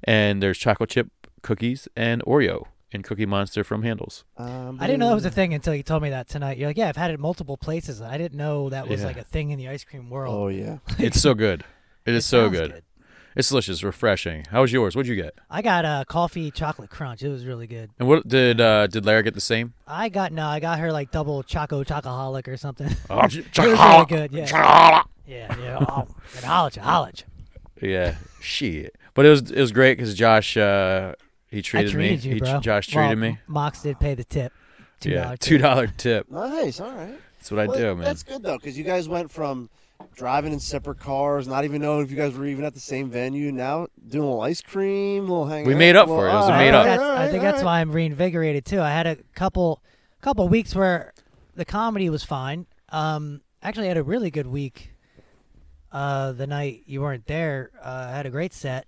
and there's chocolate chip cookies and Oreo in Cookie Monster from Handles.
Um,
I didn't know that was a thing until you told me that tonight. You're like, yeah, I've had it multiple places. I didn't know that was
Yeah.
like a thing in the ice cream world.
Oh yeah.
It's so good. It is so
sounds
good. It's delicious, refreshing. How was yours? What'd you get?
I got a coffee chocolate crunch. It was really good.
And what did uh, did Lara get the same?
I got no, I got her like double choco chocoholic or something.
Oh,
it was really good. Yeah, yeah, yeah. Oh, good knowledge, knowledge.
Yeah, shit. But it was it was great because Josh uh, he treated,
I treated
me.
you,
He-
bro.
Josh treated
Well,
me.
Mox did pay the tip. $2
yeah,
tip.
two dollar tip.
Nice. All right.
That's what I
Well,
do, man.
That's good though, because you guys went from driving in separate cars, not even knowing if you guys were even at the same venue. Now doing a little ice cream, a little ah, hang.
We made up for it. It was a
I
made
think
up.
that's- I think that's why I'm reinvigorated too. I had a couple couple weeks where the comedy was fine. Um, actually, I had a really good week. Uh, the night you weren't there, uh, I had a great set,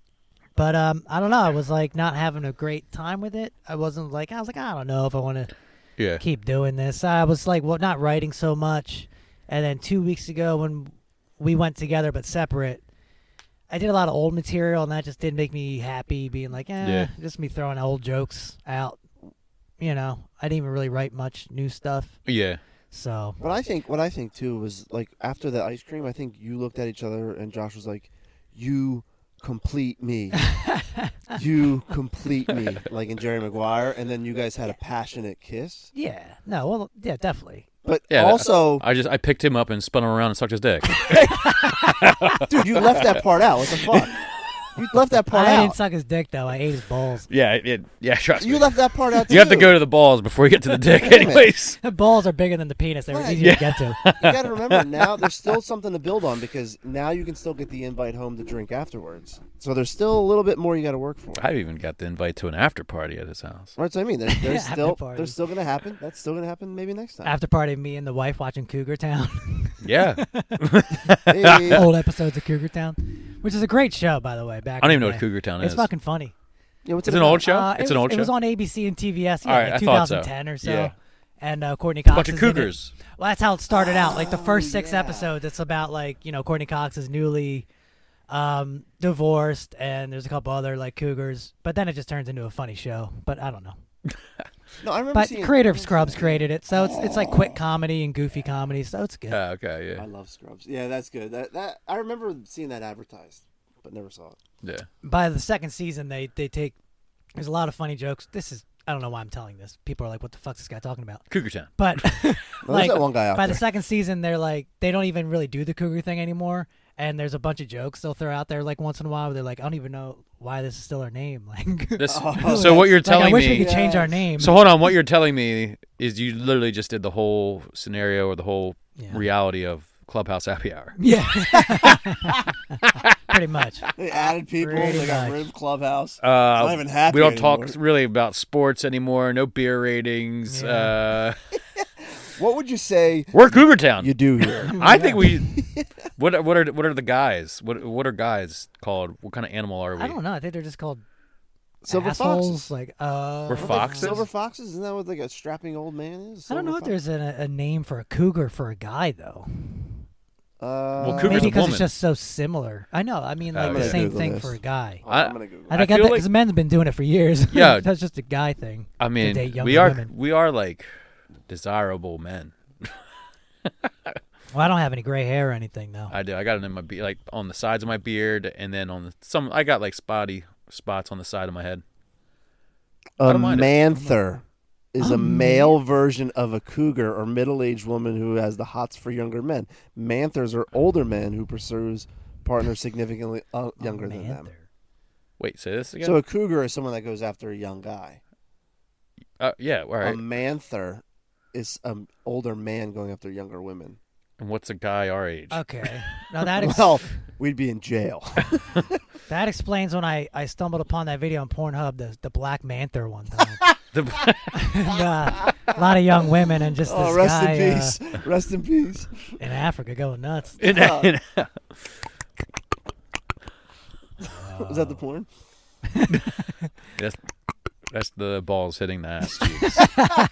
but um, I don't know. I was like not having a great time with it. I wasn't like I was like I don't know if I want to
yeah,
keep doing this. I was like, well, not writing so much. And then two weeks ago, when we went together but separate, I did a lot of old material, and that just didn't make me happy. Being like, eh,
Yeah.
just me throwing old jokes out. You know, I didn't even really write much new stuff.
yeah.
So
But I think what I think too was like after the ice cream, I think you looked at each other and Josh was like, "You complete me, you complete me," like in Jerry Maguire, and then you guys had a passionate kiss.
yeah, no, well, yeah, definitely.
But
Yeah, that-
also,
I just I picked him up and spun him around and sucked his dick.
dude, you left that part out. What the fuck? You left that part
I
out.
didn't suck his dick though. I ate his balls.
yeah, it, yeah. Trust
you
me.
left that part out.
you have to
too.
go to the balls before you get to the dick, anyways.
The balls are bigger than the penis. They were
Right.
easier to get to.
you got to remember now there's still something to build on because now you can still get the invite home to drink afterwards. So there's still a little bit more you got to work for.
I've even got the invite to an after party at his house.
That's what I mean. There's, there's
After
still
party.
there's still gonna happen. That's still gonna happen maybe next time.
After party, me and the wife watching Cougar Town.
Yeah, I
Hey,
old episodes of Cougar Town, which is a great show, by the way. Back I
don't even know what Cougar Town
It's
is.
fucking funny.
yeah, what's
It's
it
an
about?
old show.
Uh,
it's
it was,
an old
It
show.
was on ABC and TBS, yeah,
All right,
like
I thought so.
2010 or so.
Yeah.
And uh, Courtney Cox.
Bunch of
is in it.
cougars.
Well, that's how it started out. Like the first
Oh,
six
yeah.
episodes, it's about like you know Courtney Cox is newly um, divorced, and there's a couple other like cougars. But then it just turns into a funny show. But I don't know.
No, I remember
But
seeing
creative Scrubs created it, so it's it's like quick comedy and goofy comedy, so it's good.
Ah, okay,
I
yeah,
love Scrubs. Yeah, that's good. That that I remember seeing that advertised, but never saw it.
yeah.
By the second season, they they take there's a lot of funny jokes. This is I don't know why I'm telling this. People are like, "What the fuck's this guy talking about?"
Cougar Town.
But like
that one guy out
by the
there.
second season, they're like they don't even really do the cougar thing anymore. And there's a bunch of jokes they'll throw out there like once in a while. Where they're like, I don't even know why this is still our name. Like,
This.
Oh,
so what you're
like, I
telling
wish we
me?
could change our
Yes.
name.
So hold on, what you're telling me is you literally just did the whole scenario or the whole
Yeah.
reality of Clubhouse Happy Hour.
yeah, pretty much.
They added people.
Pretty
They got rid
much.
of Clubhouse.
Uh,
not even happy
we don't talk
anymore.
really about sports anymore. No beer ratings. Uh,
What would you say
we're Cougar Town.
you do here?
Oh,
I think we. What are- what are what are the guys? What what are guys called? What kind of animal are we?
I don't know. I think they're just called
Silver
assholes.
foxes.
Like, uh,
We're
I don't
fox- Foxes?
Silver foxes. Isn't that what like a strapping old man is?
I don't know
Silver
if there's a, a name for a cougar for a guy though.
fox? Uh,
Well, cougar's
Maybe
a
because
woman.
it's just so similar. I know. I mean,
Oh,
like the
yeah.
same
Google
thing
this.
for a guy.
I, am gonna Google.
I
I
think
feel
because
like-
men's been doing it for years.
Yeah.
that's just a guy thing.
I
date
mean,
younger
we are
women.
we are like desirable men.
Well, I don't have any gray hair or anything though.
I do. I got it in my be- like on the sides of my beard, and then on the, some. I got like spotty spots on the side of my head.
A
don't mind it.
manther is a male version of a cougar or middle-aged woman who has the hots for younger men. Manthers are older men who pursues partners significantly uh, younger than them.
Manther.
Wait, say this again.
So a cougar is someone that goes after a young guy.
uh, yeah, all right.
A manther is an older man going after younger women.
and what's a guy our age?
Okay, now that ex-
Well, we'd be in jail.
that explains when I, I stumbled upon that video on Pornhub, the the black manther one time,
The-
and, uh, a lot of young women and just
oh,
this
rest
guy
in
uh,
peace. rest in peace.
in Africa going nuts.
in- in-
Was that the porn?
that's, that's the balls hitting the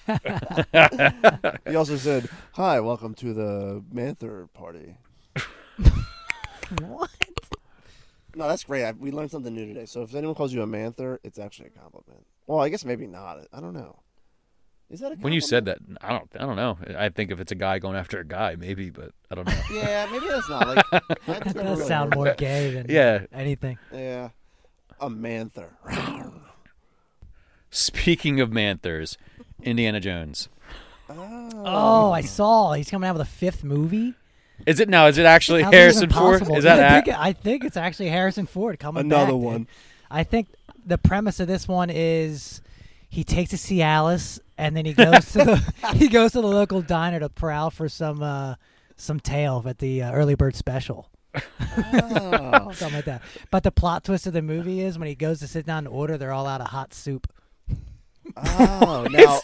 ass cheeks.
He also said, "Hi, welcome to the manther party."
What?
No, that's great. I, we learned something new today. So if anyone calls you a manther, it's actually a compliment. Well, I guess maybe not. I don't know. Is that a compliment?
when you said that, I don't, I don't know. I think if it's a guy going after a guy, maybe, but I don't know.
Yeah, maybe that's not like. that's
That does sound more gay than
Yeah.
anything.
Yeah, a manther.
Speaking of manthers, Indiana Jones.
Oh, I saw he's coming out with a fifth movie.
Is it now? Is it actually
How's that even
Harrison Ford?
possible?
Is that
I
act?
think, I think it's actually Harrison Ford coming back,
Another
dude.
one.
I think the premise of this one is he takes a Cialis and then he goes to the he goes to the local diner to prowl for some uh, some tail at the uh, early bird special.
Oh.
Something like that. But the plot twist of the movie is when he goes to sit down and order, they're all out of hot soup.
Oh, now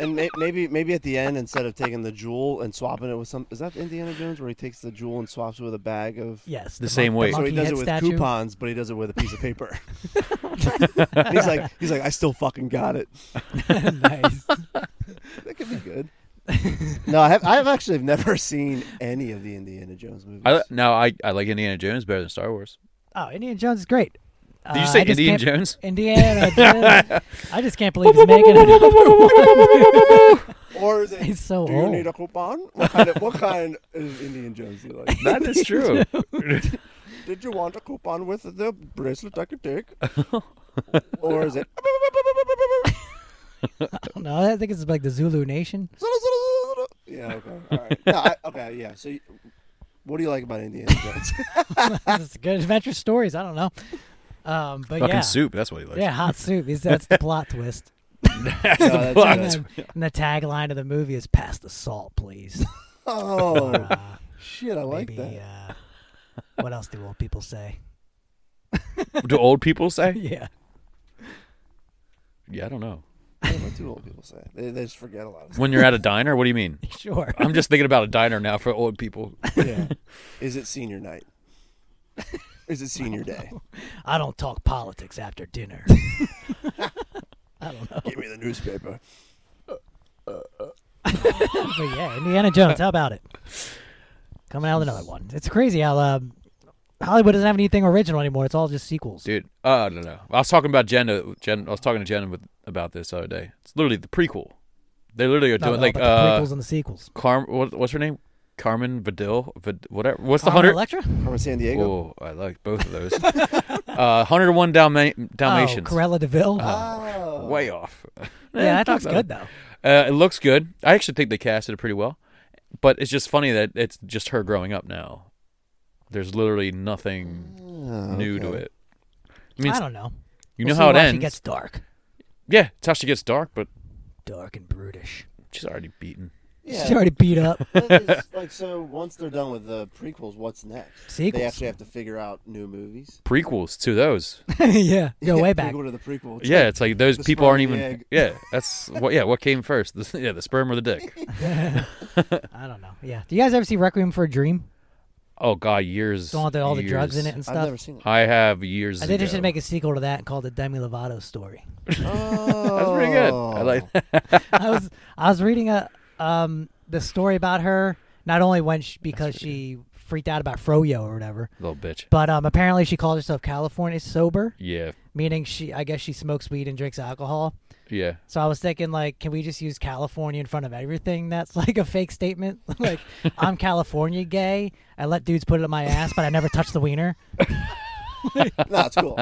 and may, maybe maybe at the end instead of taking the jewel and swapping it with some is that Indiana Jones where he takes the jewel and swaps it with a bag of
Yes.
The same
mon-
way.
so he
monkey
does
head
it with
statue.
coupons, but he does it with a piece of paper. he's like he's like I still fucking got it.
nice.
That could be good. no, I have, I have actually have never seen any of the Indiana Jones movies.
I, no, I, I like Indiana Jones better than Star Wars.
Oh, Indiana Jones is great.
Did you
Uh,
say
I just
Indiana
can't-
Jones?
Indiana Jones. I just can't believe he's making it.
or is it?
He's so
do
old.
you need a coupon? What kind of, what kind of Indian Jones do you like?
That is true.
Did you want a coupon with the bracelet I could take? or is it?
no, I think it's like the Zulu Nation.
yeah. Okay. All right. No, I, okay. Yeah. So, you, what do you like about Indiana Jones?
it's good adventure stories. I don't know. Um, but
Fucking
yeah,
soup. That's what he likes.
yeah, hot soup. Is that's the plot twist.
No, that's
And,
good.
then- and the tagline of the movie is "Pass the salt, please."
Oh
Uh,
shit! I like
maybe.
that.
Uh, what else do old people say?
Do old people say?
Yeah.
Yeah, I don't know.
Yeah, What do old people say? They, they just forget a lot. Of stuff.
When you're at a diner, what do you mean?
Sure.
I'm just thinking about a diner now for old people.
Yeah. Is it senior night? Is it senior day?
I don't talk politics after dinner. I don't know.
Give me the newspaper.
But yeah, Indiana Jones. How about it? Coming out with another one. It's crazy how um, Hollywood doesn't have anything original anymore. It's all just sequels.
dude. Oh no, no. I was talking about Jenna. Jen, I was talking to Jenna with, about this the other day. It's literally the prequel. They literally are
No,
doing
no,
like
but
uh,
the prequels and the sequels.
Carm. What, what's her name? Carmen Vidal. Vid, whatever. What's
Carmen
the hundred?
Electra?
Carmen San Diego.
Oh, I like both of those. uh, hundred one Dalma- Dalmatians.
Oh, Corella Deville.
Oh.
Way off.
yeah, that
Talk
looks
Uh, eh, about
good though.
it. Uh, it looks good. I actually think they casted it pretty well, but it's just funny that it's just her growing up now. There's literally nothing
Oh,
new to
okay.
it. I mean,
I don't know.
you
We'll
know
see
how it
why
ends.
She gets dark,
Yeah, it's how she gets dark, but
dark and brutish.
she's already beaten.
She's
Yeah.
already beat up.
but it's like so, once they're done with the prequels, what's next?
Sequels.
They actually have to figure out new movies.
Prequels to those.
yeah, go way back.
Prequel to the prequel. It's
yeah, it's like those
the
people
sperm and
aren't
the
even.
egg.
Yeah, that's what. Yeah, what came first? The, yeah, the sperm or the dick?
I don't know. Yeah. Do you guys ever see Requiem for a Dream?
Oh God, years.
The one with all the drugs in
years.
it and
I've
stuff.
never seen it.
I have years.
I think they
ago.
should make a sequel to that and call it the Demi Lovato story.
Oh.
That's pretty good. I like. That.
I was I was reading a um the story about her not only when she, because she freaked out about froyo or whatever,
Little bitch.
but um apparently she calls herself California sober,
Yeah,
meaning she I guess she smokes weed and drinks alcohol.
yeah.
So I was thinking like, can we just use California in front of everything? That's like a fake statement. like I'm California gay. I let dudes put it in my ass, but I never touch the wiener.
No, it's cool.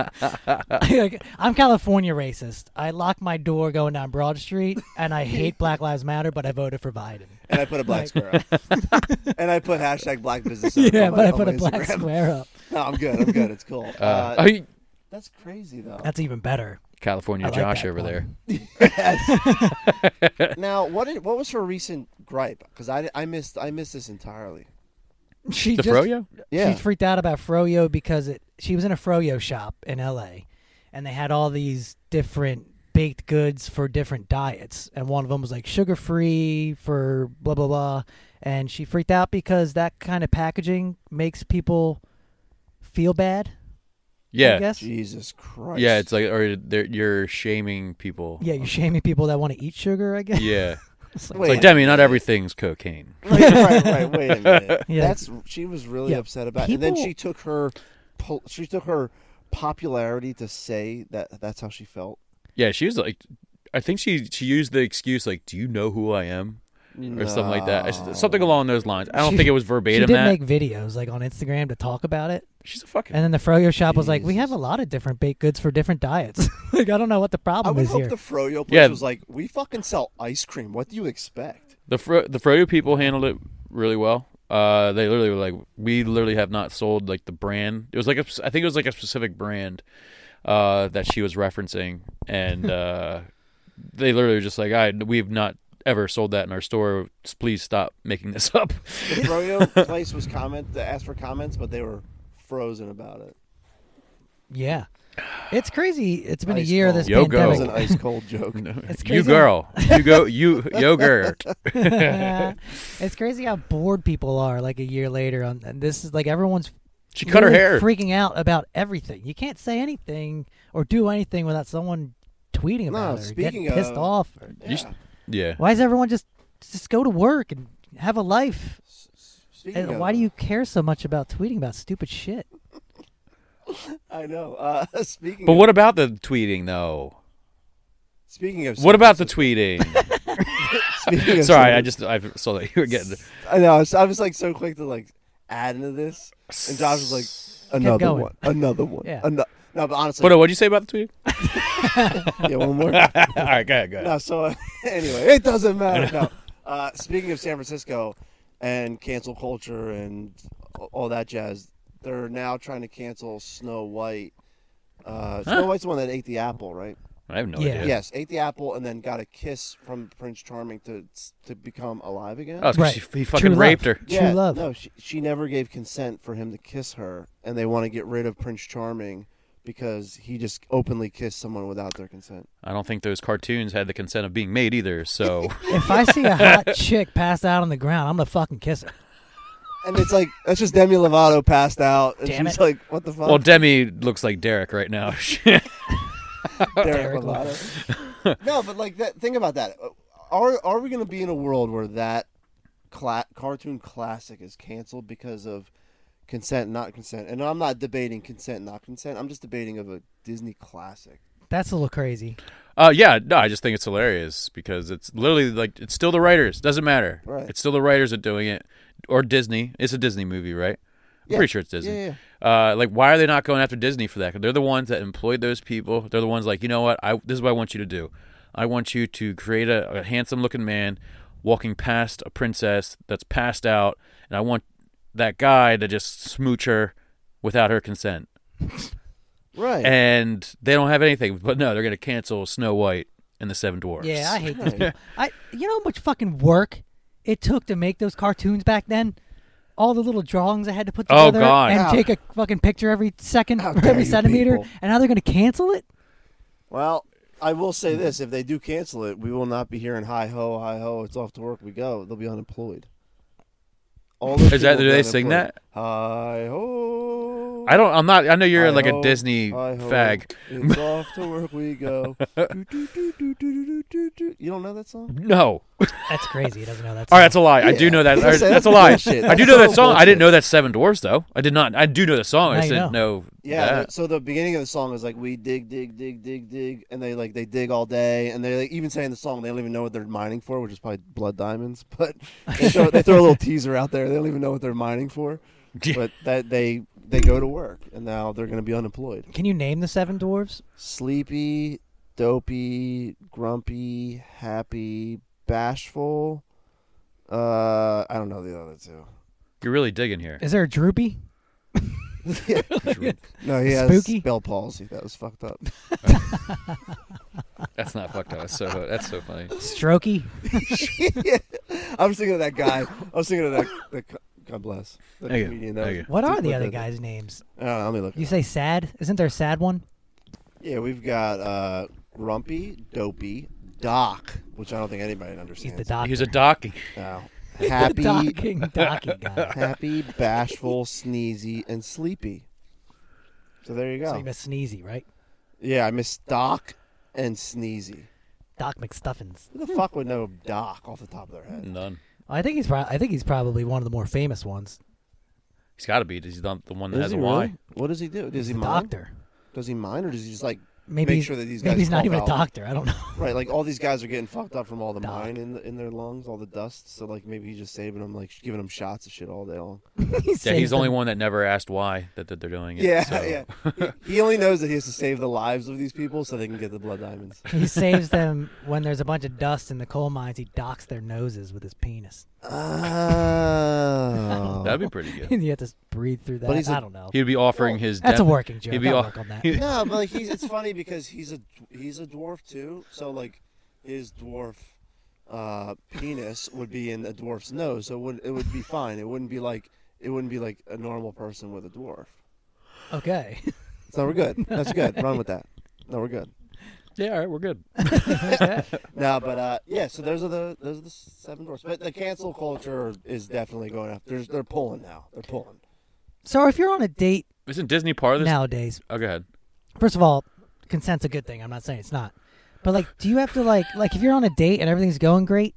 Like, I'm California racist. I lock my door going down Broad Street, and I hate Black Lives Matter, but I voted for Biden.
And I put a black square up. and I put hashtag black business. Owner
Yeah,
on my-
but I
on
put a
my
black
Instagram.
square up.
No, I'm good. I'm good. It's cool. Uh,
Uh, oh, you-
that's crazy though.
That's even better.
California
I like
Josh
that
over
one.
there.
now, what did, what was her recent gripe? Because I, I missed I missed this entirely.
She
The
just,
froyo.
Yeah.
She freaked out about froyo because it, she was in a froyo shop in L.A. and they had all these different baked goods for different diets, and one of them was like sugar free for blah blah blah, and she freaked out because that kind of packaging makes people feel bad. I
Yeah,
guess.
Jesus Christ.
yeah. It's like or they're- you're shaming people.
Yeah, Oh, you're shaming people that want to eat sugar, I guess.
Yeah.
It's like-
It's like
Wait.
Demi. Not everything's cocaine.
right, right, right. Wait a minute.
Yeah.
That's she was really
Yeah.
upset about, it. and then
People-
she took her, pol- she took her popularity to say that that's how she felt.
Yeah, she was like, I think she she used the excuse like, "Do you know who I am?" or something like that,
No.
It's- something along those lines. I don't
She-
think it was
she
verbatim.
did
that
make videos like on Instagram to talk about it,
she's a fucking
and then the froyo shop was like, "We
Jesus.
have a lot of different baked goods for different diets." like, I don't know what the
I
problem
would
is
hope
here.
the froyo place
Yeah.
was like, we fucking sell ice cream. What do you expect?
the Fro- the Froyo people handled it really well. Uh, they literally were like, we literally have not sold like the brand. It was like a, I think it was like a specific brand uh, that she was referencing, and uh, they literally were just like, I we've not ever sold that in our store. Please stop making this up.
The froyo place was comment that asked for comments, but they were frozen about it.
Yeah, it's crazy. It's been
Ice
a year of
cold.
this
Yo, go.
That was an
pandemic.
ice cold joke.
It's
you
crazy.
girl, you go, you yogurt.
it's crazy how bored people are. Like a year later, on and this is like everyone's
She cut her
really
hair.
freaking out about everything. You can't say anything or do anything without someone tweeting about it or
speaking
getting pissed
of-
off. Or,
Yeah.
You sh- yeah.
why does everyone just just go to work and have a life?
S- s- speaking
And
of-
why do you care so much about tweeting about stupid shit?
I know. Uh, speaking.
But
of,
what about the tweeting though?
Speaking of.
What about the
services-
tweeting?
Speaking of
Sorry, I
services-
just I saw that you were getting.
I know. I was, I was like so quick to like add into this, and Josh was like, another
going.
one, another one,
Yeah.
ano- No, but honestly,
But uh, what'd you say about the tweet?
yeah, one more.
All right, go ahead, go ahead.
No, so uh, anyway, it doesn't matter. No. Uh, speaking of San Francisco and cancel culture and all that jazz, they're now trying to cancel Snow White. Uh, Snow White's the one that ate the apple, right?
I have no
Yeah.
idea.
Yes, ate the apple and then got a kiss from Prince Charming to to become alive again.
Oh, it's 'cause
Right.
she, he fucking
love.
raped her.
True love.
No, she, she never gave consent for him to kiss her, and they want to get rid of Prince Charming because he just openly kissed someone without their consent.
I don't think those cartoons had the consent of being made either. So
If I see a hot chick pass out on the ground, I'm gonna fucking kiss her.
And it's like that's just Demi Lovato passed out, and
Damn
she's
it.
like, "What the fuck?"
well, Demi looks like Derek right now.
Derek
Derek
Lovato. no, but like that. Think about that. Are are we going to be in a world where that cla- cartoon classic is canceled because of consent, not consent. And I'm not debating consent, not consent. I'm just debating of a Disney classic.
That's a little crazy.
Uh, yeah, no, I just think it's hilarious because it's literally like it's still the writers. Doesn't matter.
Right.
It's still the writers are doing it, or Disney. It's a Disney movie, right? I'm
Yeah.
pretty sure it's Disney.
Yeah,
Uh, like, why are they not going after Disney for that? 'Cause they're the ones that employed those people. They're the ones like, you know what? I this is what I want you to do. I want you to create a, a handsome looking man walking past a princess that's passed out, and I want that guy to just smooch her without her consent.
Right.
And they don't have anything. But no, they're gonna cancel Snow White and the Seven Dwarfs.
Yeah, I hate these
Right.
people. I you know how much fucking work it took to make those cartoons back then. All the little drawings I had to put
Oh,
together
God.
and
How-
take a fucking picture every second,
How
or
dare
every
you
centimeter,
people.
and now they're gonna cancel it.
well, I will say this: if they do cancel it, we will not be hearing "Hi ho, hi ho, it's off to work we go." They'll be unemployed. All those
Is
people
that- do
will be
they sing
unemployed.
that?
Hi ho.
I don't. I'm not. I know you're
Hi
like
ho,
a Disney
hi ho,
fag.
It's off to work we go. Do, do, do, do, do, do, do, do. You don't know that song?
No.
That's crazy. He doesn't know that.
All right, that's a lie. I
Yeah.
do know that.
That's-
that's
that's
a lie.
bullshit.
I do
That's
know that
so
song. I didn't
bullshit.
know that Seven Dwarfs though. I did not. I do know the song. I
Now
just
you
didn't know.
Yeah.
that.
the- So the beginning of the song is like we dig, dig, dig, dig, dig, and they like they dig all day, and they like, even saying the song they don't even know what they're mining for, which is probably blood diamonds. But they, throw, they throw a little teaser out there. They don't even know what they're mining for,
Yeah.
but that they they go to work, and now they're going to be unemployed.
Can you name the seven dwarves?
Sleepy, dopey, grumpy, happy, bashful. Uh, I don't know the other two.
You're really digging here.
Is there a droopy?
Yeah. No, he has
Spooky?
spell palsy. That was fucked up.
That's not fucked up. That's so. That's so funny.
Strokey?
I was thinking of that guy. I was thinking of that. that co- God bless. That
Thank you.
comedian. That
Thank
was-
What are the
what
other
the-
guys' names?
I don't know, let me look. it
You
up.
say sad? Isn't there a sad one?
Yeah, we've got uh, Grumpy, Dopey, Doc, which I don't think anybody
He's
understands.
the doctor.
He's a docking.
Now,
The
happy,
docking, docking guy.
happy, bashful, sneezy, and sleepy. So there you go.
So you missed Sneezy, right?
yeah, I miss Doc and Sneezy.
Doc McStuffins.
Who the fuck would know Doc off the top of their head?
None.
I think he's. Pro- I think he's probably one of the more famous ones.
He's got to be. He's not the one that
Is
has
he
a Y.
really? What does he do? Does he
The
mine?
doctor.
Does he mine, or does he just like
Maybe
make sure that these guys?
maybe he's not
cough
even a
out?
doctor. I don't know.
Right, like all these guys are getting fucked up from all the
Doc.
mine in the, in their lungs, all the dust. So like maybe he's just saving them, like giving them shots of shit all day long.
He
Yeah,
saves
he's the only
them.
one that never asked why that, that they're doing it.
Yeah,
so.
yeah. He, he only knows that he has to save the lives of these people so they can get the blood diamonds.
He saves them when there's a bunch of dust in the coal mines. He docks their noses with his penis.
Oh,
That'd be pretty good.
And you have to breathe through that.
But he's a-
I don't know.
He'd be offering his.
That's a
death-
working joke.
He'd be
I'll
off-
work on that.
he-
no, but like he's, it's funny because he's a he's a dwarf too. So like his dwarf uh, penis would be in a dwarf's nose, so it would it would be fine. It wouldn't be like it wouldn't be like a normal person with a dwarf.
Okay.
So we're good. That's good. Run with that. No, we're good.
Yeah, all right, we're good.
No, but uh, yeah. So those are the those are the seven dwarfs. But the cancel culture is definitely going up. They're they're pulling now. They're pulling.
so if you're on a date
Isn't Disney part of this?
nowadays,
Oh, go ahead.
first of all, consent's a good thing. I'm not saying it's not. But like, do you have to like like if you're on a date and everything's going great,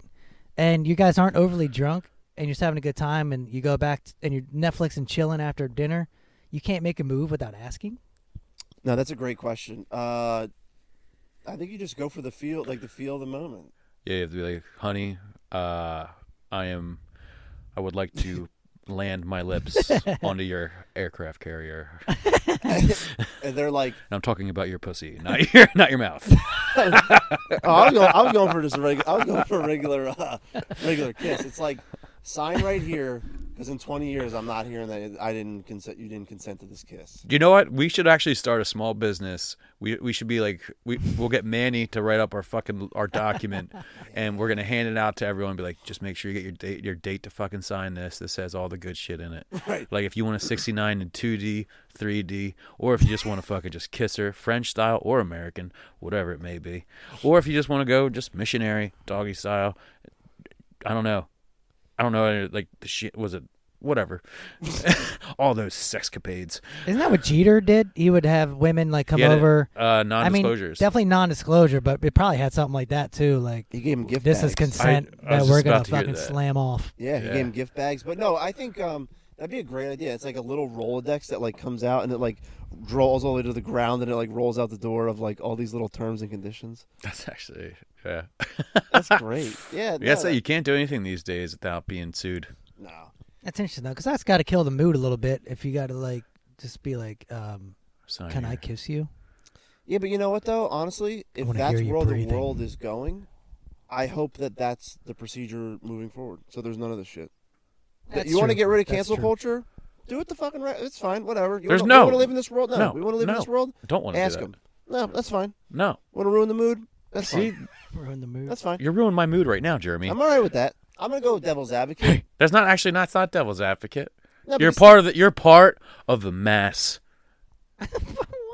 and you guys aren't overly drunk and you're just having a good time, and you go back t- and you're Netflix and chilling after dinner, you can't make a move without asking.
No, that's a great question. Uh, I think you just go for the feel, like the feel of the moment.
Yeah, you have to be like, honey, uh, I am. I would like to land my lips onto your aircraft carrier. And
And they're like,
I'm talking about your pussy, not your, not your mouth.
oh, I was going, I was going for just a regular, I was going for a regular, uh, regular kiss. It's like sign right here because in 20 years I'm not hearing that I didn't consent. You didn't consent to this kiss.
You know what? We should actually start a small business. We we should be like we we'll get Manny to write up our fucking our document, and we're gonna hand it out to everyone. and Be like, just make sure you get your date your date to fucking sign this. This has all the good shit in it.
Right.
Like if you want a sixty nine in two D, three D, or if you just want to fucking just kiss her French style or American, whatever it may be, or if you just want to go just missionary doggy style. I don't know. I don't know. Like the shit was it. Whatever, all those sexcapades.
Isn't that what Jeter did? He would have women like come
Yeah,
over.
Uh,
I mean,
non-disclosures.
definitely non-disclosure, but it probably had something like that too. Like
He gave him gift.
this is
bags.
consent
I- I
that
was
we're
just
gonna
about to hear
fucking
that.
slam off.
Yeah, he
Yeah.
gave him gift bags. But no, I think um, That'd be a great idea. It's like a little Rolodex that like comes out and it like rolls all the way to the ground and it like rolls out the door of like all these little terms and conditions.
That's actually yeah.
That's great. Yeah.
I guess
no,
that you can't do anything these days without being sued.
no.
That's interesting though, because that's got to kill the mood a little bit. If you got to like just be like, um,
So
"Can I
here.
kiss you?"
Yeah, but you know what though? Honestly, if
wanna
that's
hear you
where the
breathing.
world is going, I hope that that's the procedure moving forward. So there's none of this shit. That-
That's
you want to
true.
get rid of
That's
cancel
true.
culture? Do it the fucking right. It's fine. Whatever. You
There's
wanna,
no-
We want to live in this world. No,
no,
we want to live in
no.
this world.
I don't want to
Ask
do that.
them. No, that's fine.
No.
Want to ruin the mood? That's
See,
fine.
Ruin the mood.
That's fine.
you're ruining my mood right now, Jeremy.
I'm all right with that. I'm gonna go with devil's advocate.
That's not actually not. It's not devil's advocate.
No,
You're
because
part of the. You're part of the mass.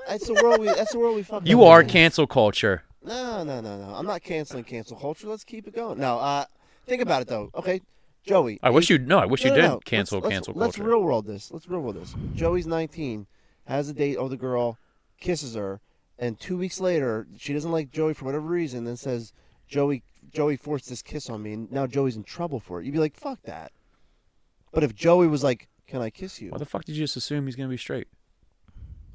That's the world we. That's the world we fucking.
You
live
are
in.
cancel culture.
No, no, no, no. I'm not canceling cancel culture. Let's keep it going. No, uh, think about it though. Okay, Joey.
I wish you no. I wish
No,
you
no,
did
no.
cancel
let's,
cancel
let's,
culture.
Let's real world this. Let's real world this. Joey's 19, has a date with a girl, kisses her, and two weeks later she doesn't like Joey for whatever reason, and says, "Joey, Joey forced this kiss on me, and now Joey's in trouble for it." You'd be like, "Fuck that." But if Joey was like, "Can I kiss you?"
Why the fuck did you just assume he's gonna be straight?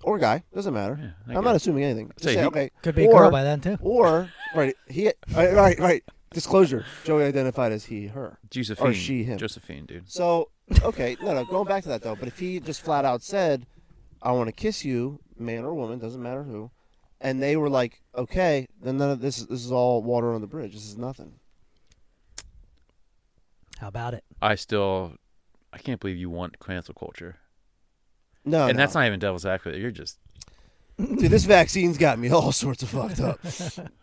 or guy, doesn't matter.
Yeah, I
I'm
get
not
it.
assuming anything. Just
Say
say,
he-
okay.
Could be a
or,
girl by then too.
Or right, he. All right, right, right. Disclosure: Joey identified as he, her.
Josephine.
she, him.
Josephine, dude.
So okay, no, no. Going back to that though, but if he just flat out said, "I want to kiss you," man or woman, doesn't matter who, and they were like, "Okay," then none of this. is- This is all water on the bridge. This is nothing.
How about it?
I still, I can't believe you want cancel culture.
No,
and
Oh, no.
that's not even devil's advocate. You're just
Dude, this vaccine's got me all sorts of fucked up.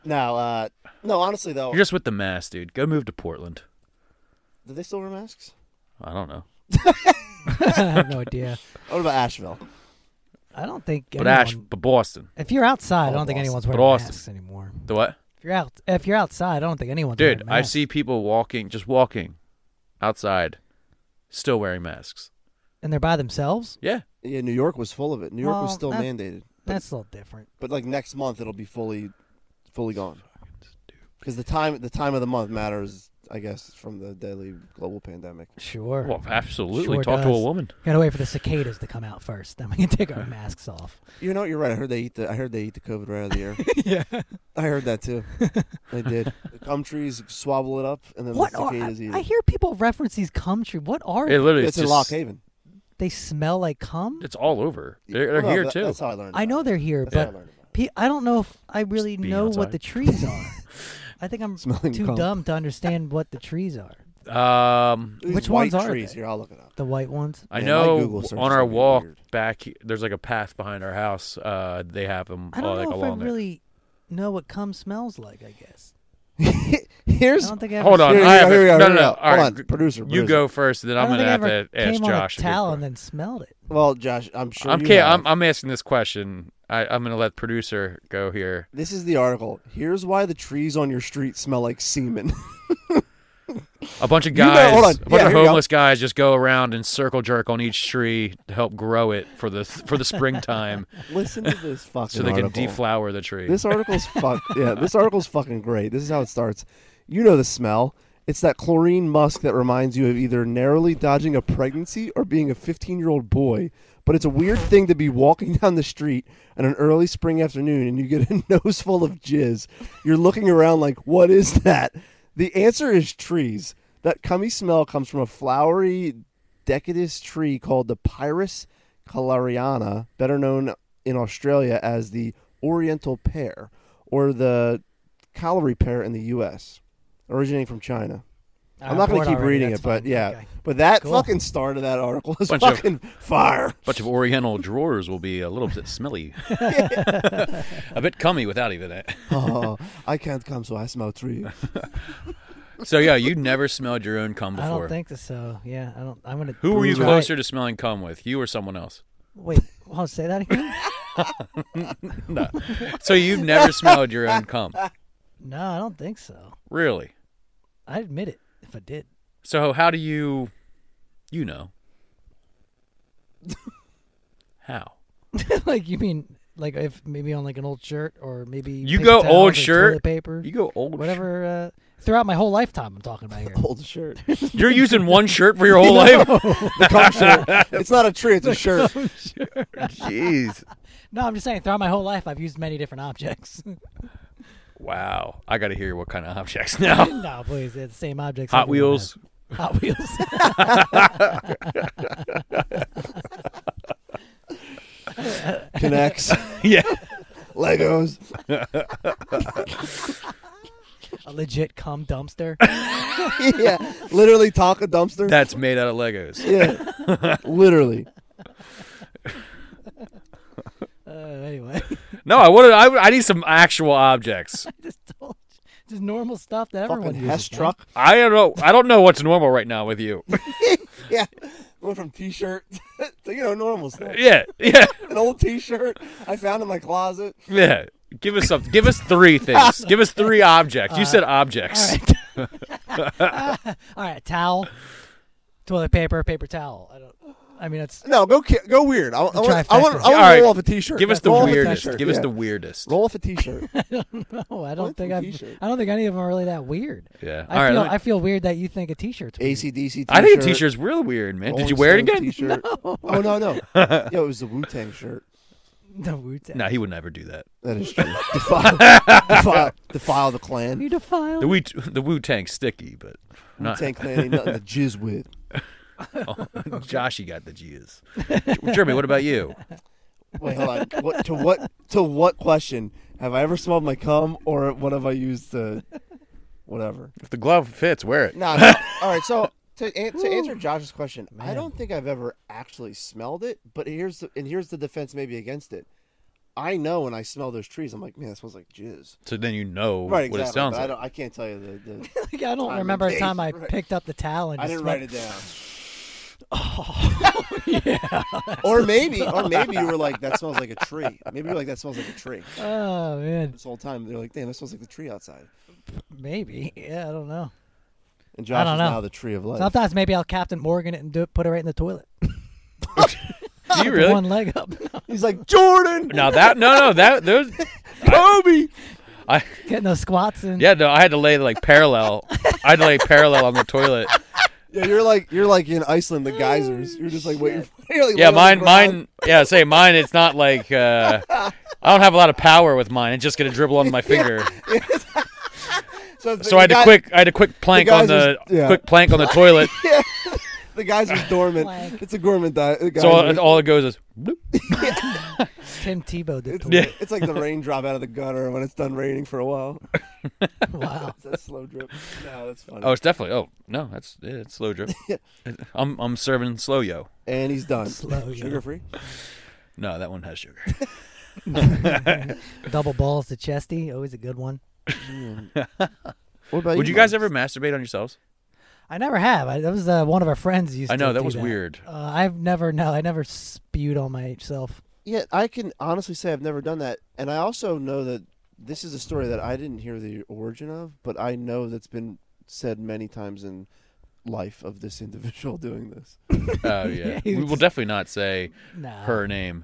now, uh, no, honestly though,
you're just with the mass, dude. Go move to Portland.
do they still wear masks?
I don't know,
I have no idea.
What about Asheville?
I don't think.
but
anyone,
Ash, but Boston,
if you're outside, I
Oh,
don't think
Boston.
anyone's wearing
But Austin.
masks anymore.
the what?
If you're out, if you're outside, I don't think anyone's
Dude,
wearing
I
masks.
see people walking, just walking, outside, still wearing masks.
and they're by themselves.
Yeah,
Yeah, New York was full of it. New York was
Well,
still
that-
mandated,
That's a little different.
but like next month it'll be fully, fully gone. Because the time, the time of the month matters, I guess, from the deadly global pandemic.
Sure.
well, absolutely.
Sure
Talk to a
does.
woman.
Gotta wait for the cicadas to come out first. Then we can take our masks off.
You know, you're right. I heard they eat the. I heard they eat the COVID right out of the air.
yeah.
I heard that too. They did. The cum trees swabble it up, and then
What
the
are?
cicadas eat
I
it.
hear people reference these cum trees. What are?
It literally
It's,
it's
in
just,
Lock Haven.
They smell like cum.
It's all over. They're,
Well,
they're
no,
here
that-
too.
That's how I learned.
I know
about it.
they're here,
That's how I
but
learned about
pe- I don't know if I really
Just being
know
outside.
what the trees are. I think I'm
Smelling
too
cum.
dumb to understand what the trees are.
Um,
it. These
Which
white
ones are
trees?
they?
Here, I'll look it up.
The white ones.
I
Man, my Google
know
search
on
is
our
gonna be
walk
weird.
back, there's like a path behind our house. Uh, they have them
I
all,
don't
like
know if I
along there.
really know what cum smells like. I guess. I
Here's.
don't think I ever.
Hold on,
Here,
I
here
have
we
it.
go,
no,
here
no,
we
no.
go.
All
Hold
right,
on, producer,
you go first, and then
I
I'm
don't
gonna
think I
have
ever
to ask
came on a
Josh. if you're
towel and
correct.
then smelled it.
Well, Josh, I'm sure.
I'm,
you
ca-
have.
I'm I'm asking this question. I, I'm gonna let producer go here.
This is the article. Here's why the trees on your street smell like semen.
A bunch of
You know-
guys,
hold on.
a
Yeah,
bunch
here
of
we go.
homeless guys, just go around and circle jerk on each tree to help grow it for the for the springtime,
Listen to this fucking.
so they can
article.
deflower the tree.
This article's fuck. Yeah, this article's fucking great. This is how it starts. You know the smell. It's that chlorine musk that reminds you of either narrowly dodging a pregnancy or being a 15-year-old boy. But it's a weird thing to be walking down the street on an early spring afternoon and you get a nose full of jizz. You're looking around like, what is that? The answer is trees. That cummy smell comes from a flowery, decadus tree called the Pyrus calariana, better known in Australia as the Oriental pear or the calorie pear in the U.S., originating from China. I'm not going to keep reading it, but yeah. But that
Cool.
fucking start of that article is
Bunch of-
fucking fire.
bunch of oriental drawers will be a little bit smelly, a bit cummy without even it.
oh, I can't come, so I smell trees.
So yeah, you never smelled your own cum
I
before.
don't think so. Yeah, I don't. I'm going to.
Who were you
try.
closer to smelling cum with, you or someone else?
Wait, I'll say that again.
No. so you've never smelled your own cum,
no, I don't think so.
really?
I admit it. If I did,
So how do you, you know, how?
like you mean like if maybe on like an old shirt or maybe
You
paper
go
towels
old
or
shirt?
toilet paper,
You go old.
whatever. Uh, throughout my whole lifetime, I'm talking about here.
Old shirt.
You're using one shirt for your whole life.
it's not a tree. It's a shirt.
Jeez.
No, I'm just saying throughout my whole life, I've used many different objects.
Wow. I got to hear what kind of objects now.
no, please, it's the same objects.
Hot
everyone
Wheels.
has. Hot Wheels.
Connects.
yeah.
Legos.
a legit cum dumpster.
yeah. Literally talk a dumpster.
That's made out of Legos.
yeah. Literally.
Uh, anyway,
No, I wanted. I, I need some actual objects.
just told you. just normal stuff that everyone
Fucking
uses.
Hess
man.
truck.
I don't know. I don't know what's normal right now with you.
Yeah. Went from t-shirt to you know normal stuff.
Yeah. Yeah.
An old t-shirt I found in my closet.
Yeah. Give us some. Give us three things. Give us three
Uh,
objects. You said objects.
All right, towel, toilet paper, paper towel. I don't. I mean, it's
No, go ki- go weird. I, I, want, I
trifecta.
want I want
All
to
right.
roll off a t-shirt.
Give us the
roll off a
weirdest.
t-shirt,
Give us
yeah.
the weirdest.
roll off a t-shirt.
no. I don't
What's
think
a
I'm.
t-shirt?
I don't think any of them are really that weird.
Yeah.
I
All right,
feel.
let me-
I feel weird that you think a t-shirt's weird.
ACDC t-shirt.
I think a t-shirt's real weird, man. Did you
Rolling
wear it
Stones
again?
T-shirt. Oh no, no. Yeah, it was the Wu Tang shirt.
The Wu-Tang.
No, he would never do that.
That is true. Defile, defile, defile the
You
clan.
defile.
The Wu the Wu Tang's sticky, but
Wu
not
Tang clan ain't nothing to jizz with.
Joshy got the G's. Jeremy, what about you?
Wait, hold on. What to what to what question have I ever smelled my cum or what have I used to whatever?
If the glove fits, wear it.
No. no. All right. So to, an- to answer Josh's question, I don't think I've ever actually smelled it. But here's the, and here's the defense maybe against it. I know when I smell those trees, I'm like, man, that smells like jizz.
So then you know
Right.
what
Exactly.
it sounds
but I,
like.
don't, I can't tell you the. the
Like, I don't
Time
remember
and
a time I
date, right.
picked up the towel and
I
just
didn't
went-
write it down. Oh. yeah. Or maybe, or maybe you were like, that smells like a tree. Maybe you're like, that smells like a tree.
Oh man,
This whole time they're like, damn, that smells like the tree outside.
maybe. Yeah, I don't know.
And
I
Josh
don't
is
know.
now the tree of life.
Sometimes maybe I'll Captain Morgan it and do, put it right in the toilet.
Do you
With
really?
One leg up.
He's like Jordan,
Now that no no that those
Kobe.
I
Getting those squats in.
yeah no I had to lay like parallel. I had to lay parallel on the toilet.
Yeah, you're like you're like in Iceland, the geysers. You're just like waiting. For, you're like
Yeah,
laying on
mine
the ground.
mine yeah say mine. It's not like uh, I don't have a lot of power with mine. It's just gonna dribble onto my finger.
So, it's-
So I had
the
to
guy-
quick I had a quick plank on
geysers-
the
yeah.
quick plank on the toilet.
The geyser's dormant.
Like-
It's a dormant di- geyser.
So uh, oh. all, all it goes is bloop.
Tim Tebow did.
it's,
the
Yeah.
it's like the raindrop out of the gutter when it's done raining for a while.
Wow.
It's that slow drip. No, that's funny.
Oh, it's definitely. Oh no, that's yeah, it's slow drip. I'm I'm serving slow yo.
and he's done.
Slow, yeah.
Sugar free.
No, that one has sugar.
Double balls to chesty. Always a good one.
What about
Would you guys ever masturbate on yourselves?
I never have. I, that was uh, one of our friends used.
I know
to
that
do
was weird.
Uh, I've never. No, I never spewed on myself.
Yeah, I can honestly say I've never done that, and I also know that this is a story that I didn't hear the origin of, but I know that's been said many times in life of this individual doing this.
Oh yeah,
he
we will
was-
definitely not say
No.
her name.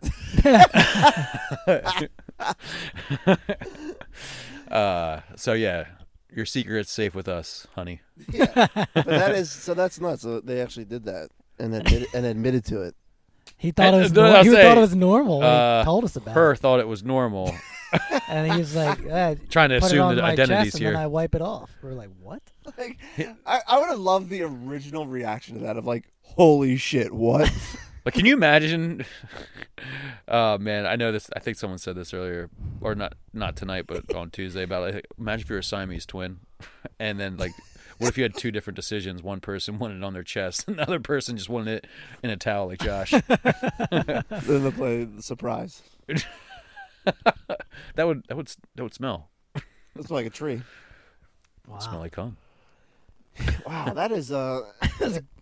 uh, so yeah, your secret's safe with us, honey.
But that is so that's nuts. So they actually did that and admitted, and admitted to it.
He thought it
I-
was.
uh, no,
nor-
I'll
he
say,
thought it was normal. when
uh,
he told us about
Her thought it was normal.
it, and he was like, uh,
Trying to
put it
assume
on
that
my
identity's
chest, and
here.
then I wipe it off. We're like, what?
Like, I, I would have loved the original reaction to that of like, "Holy shit, what?"
Like, can you imagine? oh man, I know this. I think someone said this earlier, or not, not tonight, but on Tuesday. About like, imagine if you're a Siamese twin, and then like, what if you had two different decisions? One person wanted it on their chest, and the other person just wanted it in a towel, like Josh.
then they play the surprise.
that would that would that would smell.
It's like a tree.
Wow.
It'd Smell like cum.
Wow, that is uh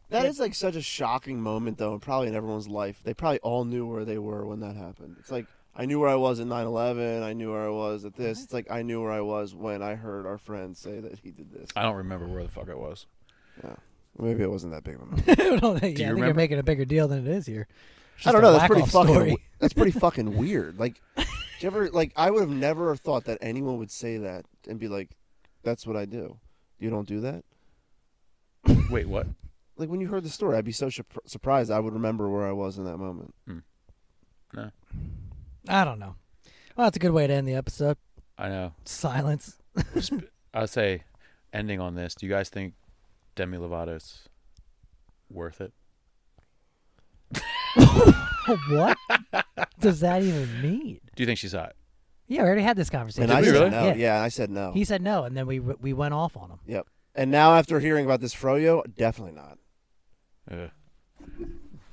that is like such a shocking moment though, probably in everyone's life. They probably all knew where they were when that happened. It's like I knew where I was at 9/11, I knew where I was at this. It's like I knew where I was when I heard our friend say that he did this.
I don't remember where the fuck it was.
Maybe it wasn't that big of a moment.
I don't think- yeah, I think
remember?
you're making a bigger deal than it is here. It's
I
just
don't
a
know, that's pretty
whack-off
fucking
story.
that's pretty fucking weird. Like you ever like? I would have never thought that anyone would say that and be like, "That's what I do." You don't do that.
Wait, what?
Like when you heard the story, I'd be so sur- surprised. I would remember where I was in that moment.
I don't know. Well, that's a good way to end the episode.
I know.
Silence.
I'll say, ending on this. Do you guys think Demi Lovato's worth it?
what does that even mean?
Do you think she's hot?
Yeah, we already had this conversation.
and I
we
said
really?
no.
Yeah.
Yeah. I said no.
He said no, and then we we went off on him.
Yep. And now after hearing about this Froyo, definitely not.
Ugh,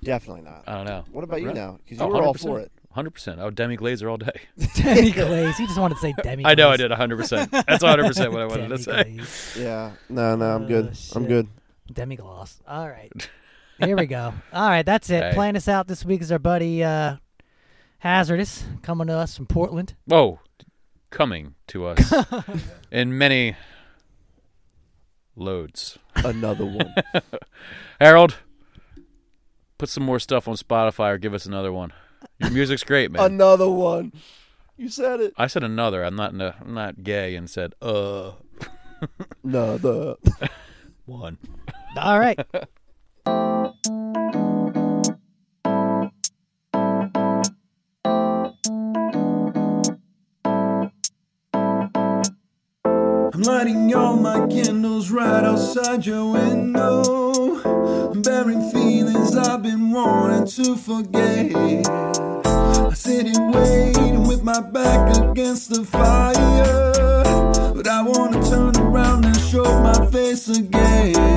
Definitely not.
I don't know.
What about you
Right.
now? Because you
Oh,
were all for it.
100%. Oh, Demi Glazer all day.
Demi Glaze. He just wanted to say Demi.
I know I
Glaze.
did 100%. That's 100% what I wanted
Demi
to say.
Glaze.
Yeah. No, no, I'm good.
Oh,
I'm
shit.
good.
Demi gloss. All right. Here we go. All right, that's it.
Hey.
Playing us out this week is our buddy uh, Hazardous coming to us from Portland.
Whoa. Coming to us in many loads.
Another one.
Harold, put some more stuff on Spotify or give us another one. Your music's great, man.
Another one. You said it.
I said another. I'm not. No, I'm not gay. And said uh
Another.
one.
All right.
I'm lighting all my candles right outside your window. I'm burying feelings I've been wanting to forget. I sit here waiting with my back against the fire. But I wanna turn around and show my face again.